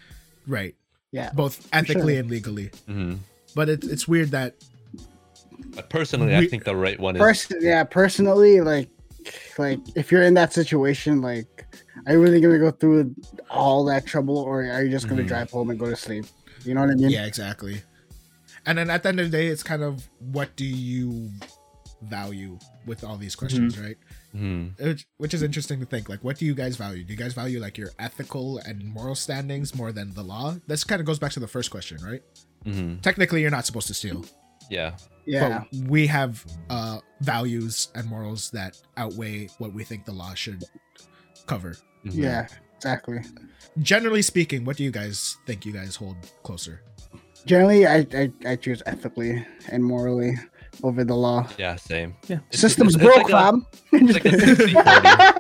[SPEAKER 3] Right.
[SPEAKER 2] Yeah.
[SPEAKER 3] Both ethically and legally.
[SPEAKER 1] hmm
[SPEAKER 3] But it's it's weird that
[SPEAKER 1] But personally, I
[SPEAKER 3] We-
[SPEAKER 1] think the right one is
[SPEAKER 2] Person, yeah, personally, like, like if you're in that situation, like, are you really gonna go through all that trouble, or are you just gonna
[SPEAKER 1] Mhm.
[SPEAKER 2] drive home and go to sleep? You know what I mean?
[SPEAKER 3] Yeah, exactly. And then at the end of the day, it's kind of what do you value with all these questions, right?
[SPEAKER 1] Hmm.
[SPEAKER 3] Which, which is interesting to think. Like, what do you guys value? Do you guys value like your ethical and moral standings more than the law? This kind of goes back to the first question, right?
[SPEAKER 1] hmm
[SPEAKER 3] Technically, you're not supposed to steal,
[SPEAKER 1] Yeah.
[SPEAKER 2] Yeah.
[SPEAKER 3] but we have uh, values and morals that outweigh what we think the law should cover.
[SPEAKER 1] Mhm.
[SPEAKER 2] Yeah, Exactly.
[SPEAKER 3] Generally speaking, what do you guys think you guys hold closer?
[SPEAKER 2] Generally, I, I I choose ethically and morally over the law.
[SPEAKER 1] Yeah. Same.
[SPEAKER 5] Yeah.
[SPEAKER 1] It's-
[SPEAKER 2] Systems
[SPEAKER 1] it's
[SPEAKER 2] broke,
[SPEAKER 1] like a-
[SPEAKER 2] fam.
[SPEAKER 1] It's like a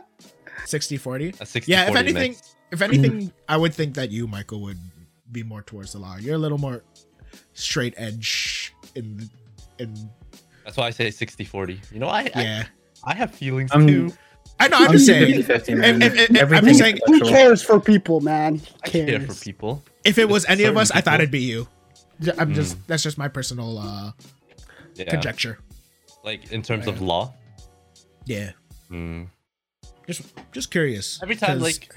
[SPEAKER 1] 60-40.
[SPEAKER 3] 60 40?
[SPEAKER 1] A 60
[SPEAKER 3] Yeah, if anything, if anything, I would think that you, Michael, would be more towards the law. You're a little more straight edge in in
[SPEAKER 1] That's why I say 60 40. You know, I,
[SPEAKER 3] yeah.
[SPEAKER 1] I I have feelings
[SPEAKER 5] I'm-
[SPEAKER 1] too.
[SPEAKER 3] I know. I'm just saying.
[SPEAKER 5] 50-50,
[SPEAKER 3] if-
[SPEAKER 5] man.
[SPEAKER 3] if- if- I'm just
[SPEAKER 5] Everything is
[SPEAKER 3] saying-
[SPEAKER 2] He
[SPEAKER 5] intellectual.
[SPEAKER 2] cares for people, man. He
[SPEAKER 1] I
[SPEAKER 2] cares.
[SPEAKER 1] care for people.
[SPEAKER 3] If it was any of us, I
[SPEAKER 1] Certain
[SPEAKER 3] thought
[SPEAKER 1] people.
[SPEAKER 3] it'd be you. J- I'm just that's just my personal uh,
[SPEAKER 1] Yeah.
[SPEAKER 3] conjecture.
[SPEAKER 1] Like in terms of law.
[SPEAKER 3] Yeah.
[SPEAKER 1] Hmm.
[SPEAKER 3] Just just curious.
[SPEAKER 1] Every time,
[SPEAKER 3] 'cause-
[SPEAKER 1] like,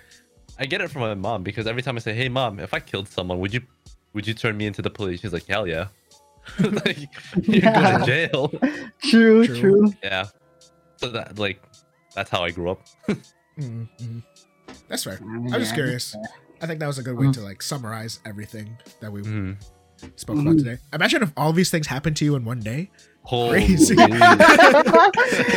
[SPEAKER 1] I get it from my mom because every time I say, "Hey, mom, if I killed someone, would you, would you turn me into the police?" She's like, "Hell yeah." like, you go
[SPEAKER 2] Yeah.
[SPEAKER 1] to jail.
[SPEAKER 2] True,
[SPEAKER 3] True.
[SPEAKER 2] true.
[SPEAKER 1] Yeah. So that, like, that's how I grew up.
[SPEAKER 3] Mm, mm. that's fair.
[SPEAKER 2] I uh, Mm. mean,
[SPEAKER 3] I'm just
[SPEAKER 2] yeah.
[SPEAKER 3] curious. I think that was a good way to like summarize everything that we
[SPEAKER 2] Mm.
[SPEAKER 1] Hmm.
[SPEAKER 3] spoke about today. Imagine if all these things happened to you in one day.
[SPEAKER 1] Crazy.
[SPEAKER 3] Crazy.
[SPEAKER 1] yeah,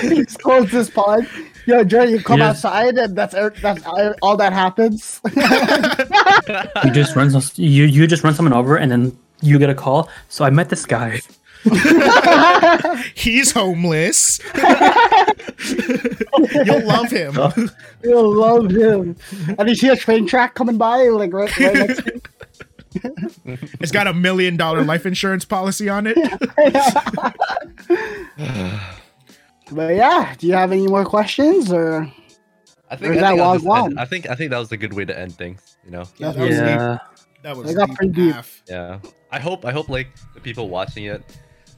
[SPEAKER 2] He's closed this pod. Yo, Jordan, you come
[SPEAKER 5] Yeah.
[SPEAKER 2] outside and that's er- that's all- all that happens.
[SPEAKER 5] You just run some, you you just run someone over and then you get a call. So I met this guy.
[SPEAKER 3] He's homeless. You'll love him.
[SPEAKER 2] Oh. You'll love him. And you see a train track coming by, like right, right next to you.
[SPEAKER 3] It's got a million dollar life insurance policy on it.
[SPEAKER 2] But yeah, do you have any more questions or?
[SPEAKER 1] I
[SPEAKER 2] Or
[SPEAKER 1] think,
[SPEAKER 2] is
[SPEAKER 1] I, think
[SPEAKER 2] that
[SPEAKER 1] I'll
[SPEAKER 2] wild
[SPEAKER 1] just end-
[SPEAKER 2] one?
[SPEAKER 1] I think I think that was a good way to end things. You know.
[SPEAKER 3] Yeah, that was deep.
[SPEAKER 5] Yeah.
[SPEAKER 3] That was
[SPEAKER 2] They got
[SPEAKER 3] deep
[SPEAKER 2] pretty deep.
[SPEAKER 3] AF.
[SPEAKER 1] Yeah. I hope I hope like the people watching it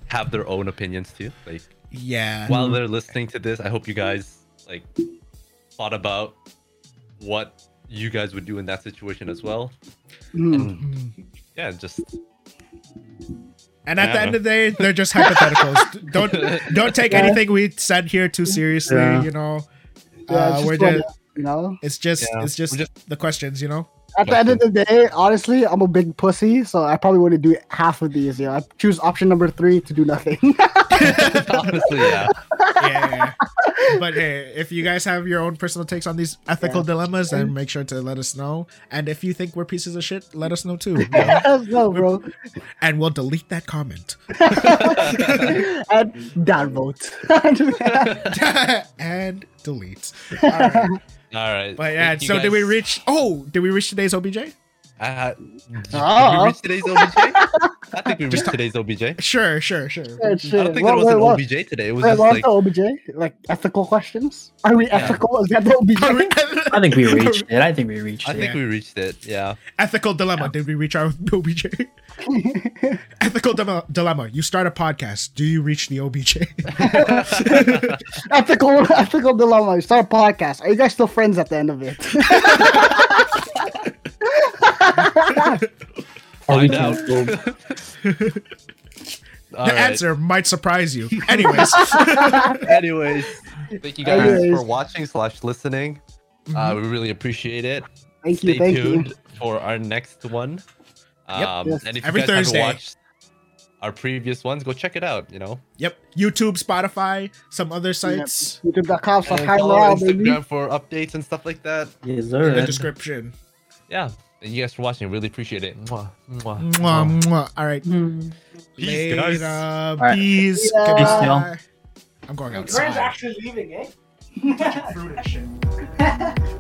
[SPEAKER 1] have their own opinions too. Like
[SPEAKER 3] Yeah.
[SPEAKER 1] while they're listening to this, I hope you guys like thought about what you guys would do in that situation as well.
[SPEAKER 2] Hmm.
[SPEAKER 1] Yeah, just
[SPEAKER 3] Mm. and at the
[SPEAKER 1] Yeah.
[SPEAKER 3] end of the day, they're just hypotheticals. don't don't take
[SPEAKER 2] Yeah.
[SPEAKER 3] anything we said here too seriously.
[SPEAKER 5] Yeah.
[SPEAKER 3] You know,
[SPEAKER 2] Yeah,
[SPEAKER 3] uh,
[SPEAKER 2] it's
[SPEAKER 3] we're
[SPEAKER 2] just one-
[SPEAKER 3] just,
[SPEAKER 2] you know,
[SPEAKER 3] it's just
[SPEAKER 1] Yeah.
[SPEAKER 3] it's just,
[SPEAKER 1] We're just-
[SPEAKER 3] the questions. You know,
[SPEAKER 2] At the end of the day, honestly, I'm a big pussy, so I probably wouldn't do half of these. You know, I choose option number three to do nothing.
[SPEAKER 1] Honestly, yeah.
[SPEAKER 3] yeah. But hey, if you guys have your own personal takes on these ethical dilemmas, then make sure to let us know. And if you think we're pieces of shit, let us know too. you know?
[SPEAKER 2] no, bro.
[SPEAKER 3] and we'll delete that comment.
[SPEAKER 2] And downvote.
[SPEAKER 3] and delete. All right.
[SPEAKER 1] All right.
[SPEAKER 3] But yeah,
[SPEAKER 1] Thank you
[SPEAKER 3] so did we
[SPEAKER 1] guys.
[SPEAKER 3] reach? Oh, did we reach today's OBJ?
[SPEAKER 1] Uh, did
[SPEAKER 2] Oh.
[SPEAKER 1] we reach today's OBJ? I think we reached today's OBJ. I
[SPEAKER 3] Sure, sure, sure.
[SPEAKER 2] I
[SPEAKER 1] don't think there was an OBJ today. It was just like,
[SPEAKER 2] Wait, what's the OBJ? Like ethical questions? Are we ethical? Is that the OBJ?
[SPEAKER 5] I think we reached it. I think we reached
[SPEAKER 1] I
[SPEAKER 5] it.
[SPEAKER 1] think we reached it. Yeah.
[SPEAKER 3] Ethical dilemma. Did we reach our OBJ? Ethical dile- dilemma. You start a podcast. Do you reach the OBJ?
[SPEAKER 2] ethical, ethical dilemma. You start a podcast. Are you guys still friends at the end of it?
[SPEAKER 5] Are we
[SPEAKER 1] Find out.
[SPEAKER 5] canceled?
[SPEAKER 1] All
[SPEAKER 3] the
[SPEAKER 1] right.
[SPEAKER 3] answer might surprise you. Anyways,
[SPEAKER 1] Anyways, thank you guys
[SPEAKER 2] Anyways. Mm-hmm.
[SPEAKER 1] for watching slash listening. Uh, we really appreciate it.
[SPEAKER 2] Thank you,
[SPEAKER 1] Stay
[SPEAKER 2] thank
[SPEAKER 1] tuned
[SPEAKER 2] you.
[SPEAKER 1] for our next one.
[SPEAKER 3] Yep.
[SPEAKER 1] Um,
[SPEAKER 2] Yes.
[SPEAKER 1] And if
[SPEAKER 3] Every
[SPEAKER 1] you guys
[SPEAKER 3] Thursday.
[SPEAKER 1] haven't watched our previous ones, go check it out. You know,
[SPEAKER 3] yep. YouTube, Spotify, some other sites
[SPEAKER 2] YouTube.com slash
[SPEAKER 1] And
[SPEAKER 2] High
[SPEAKER 1] follow
[SPEAKER 2] Morale, baby.
[SPEAKER 1] Instagram for updates and stuff like that.
[SPEAKER 5] Yes,
[SPEAKER 3] in the
[SPEAKER 5] sir.
[SPEAKER 3] description.
[SPEAKER 1] Yeah. Thank you guys for watching. Really appreciate it. Mwah, mwah,
[SPEAKER 3] Mwah, mwah. All right.
[SPEAKER 1] Oh. Peace,
[SPEAKER 3] Later.
[SPEAKER 1] guys.
[SPEAKER 5] Hmm. right.
[SPEAKER 3] Peace.
[SPEAKER 2] Later.
[SPEAKER 5] Peace,
[SPEAKER 3] Goodbye.
[SPEAKER 5] y'all.
[SPEAKER 3] I'm going outside.
[SPEAKER 2] leaving, eh?
[SPEAKER 3] Fruit and shit.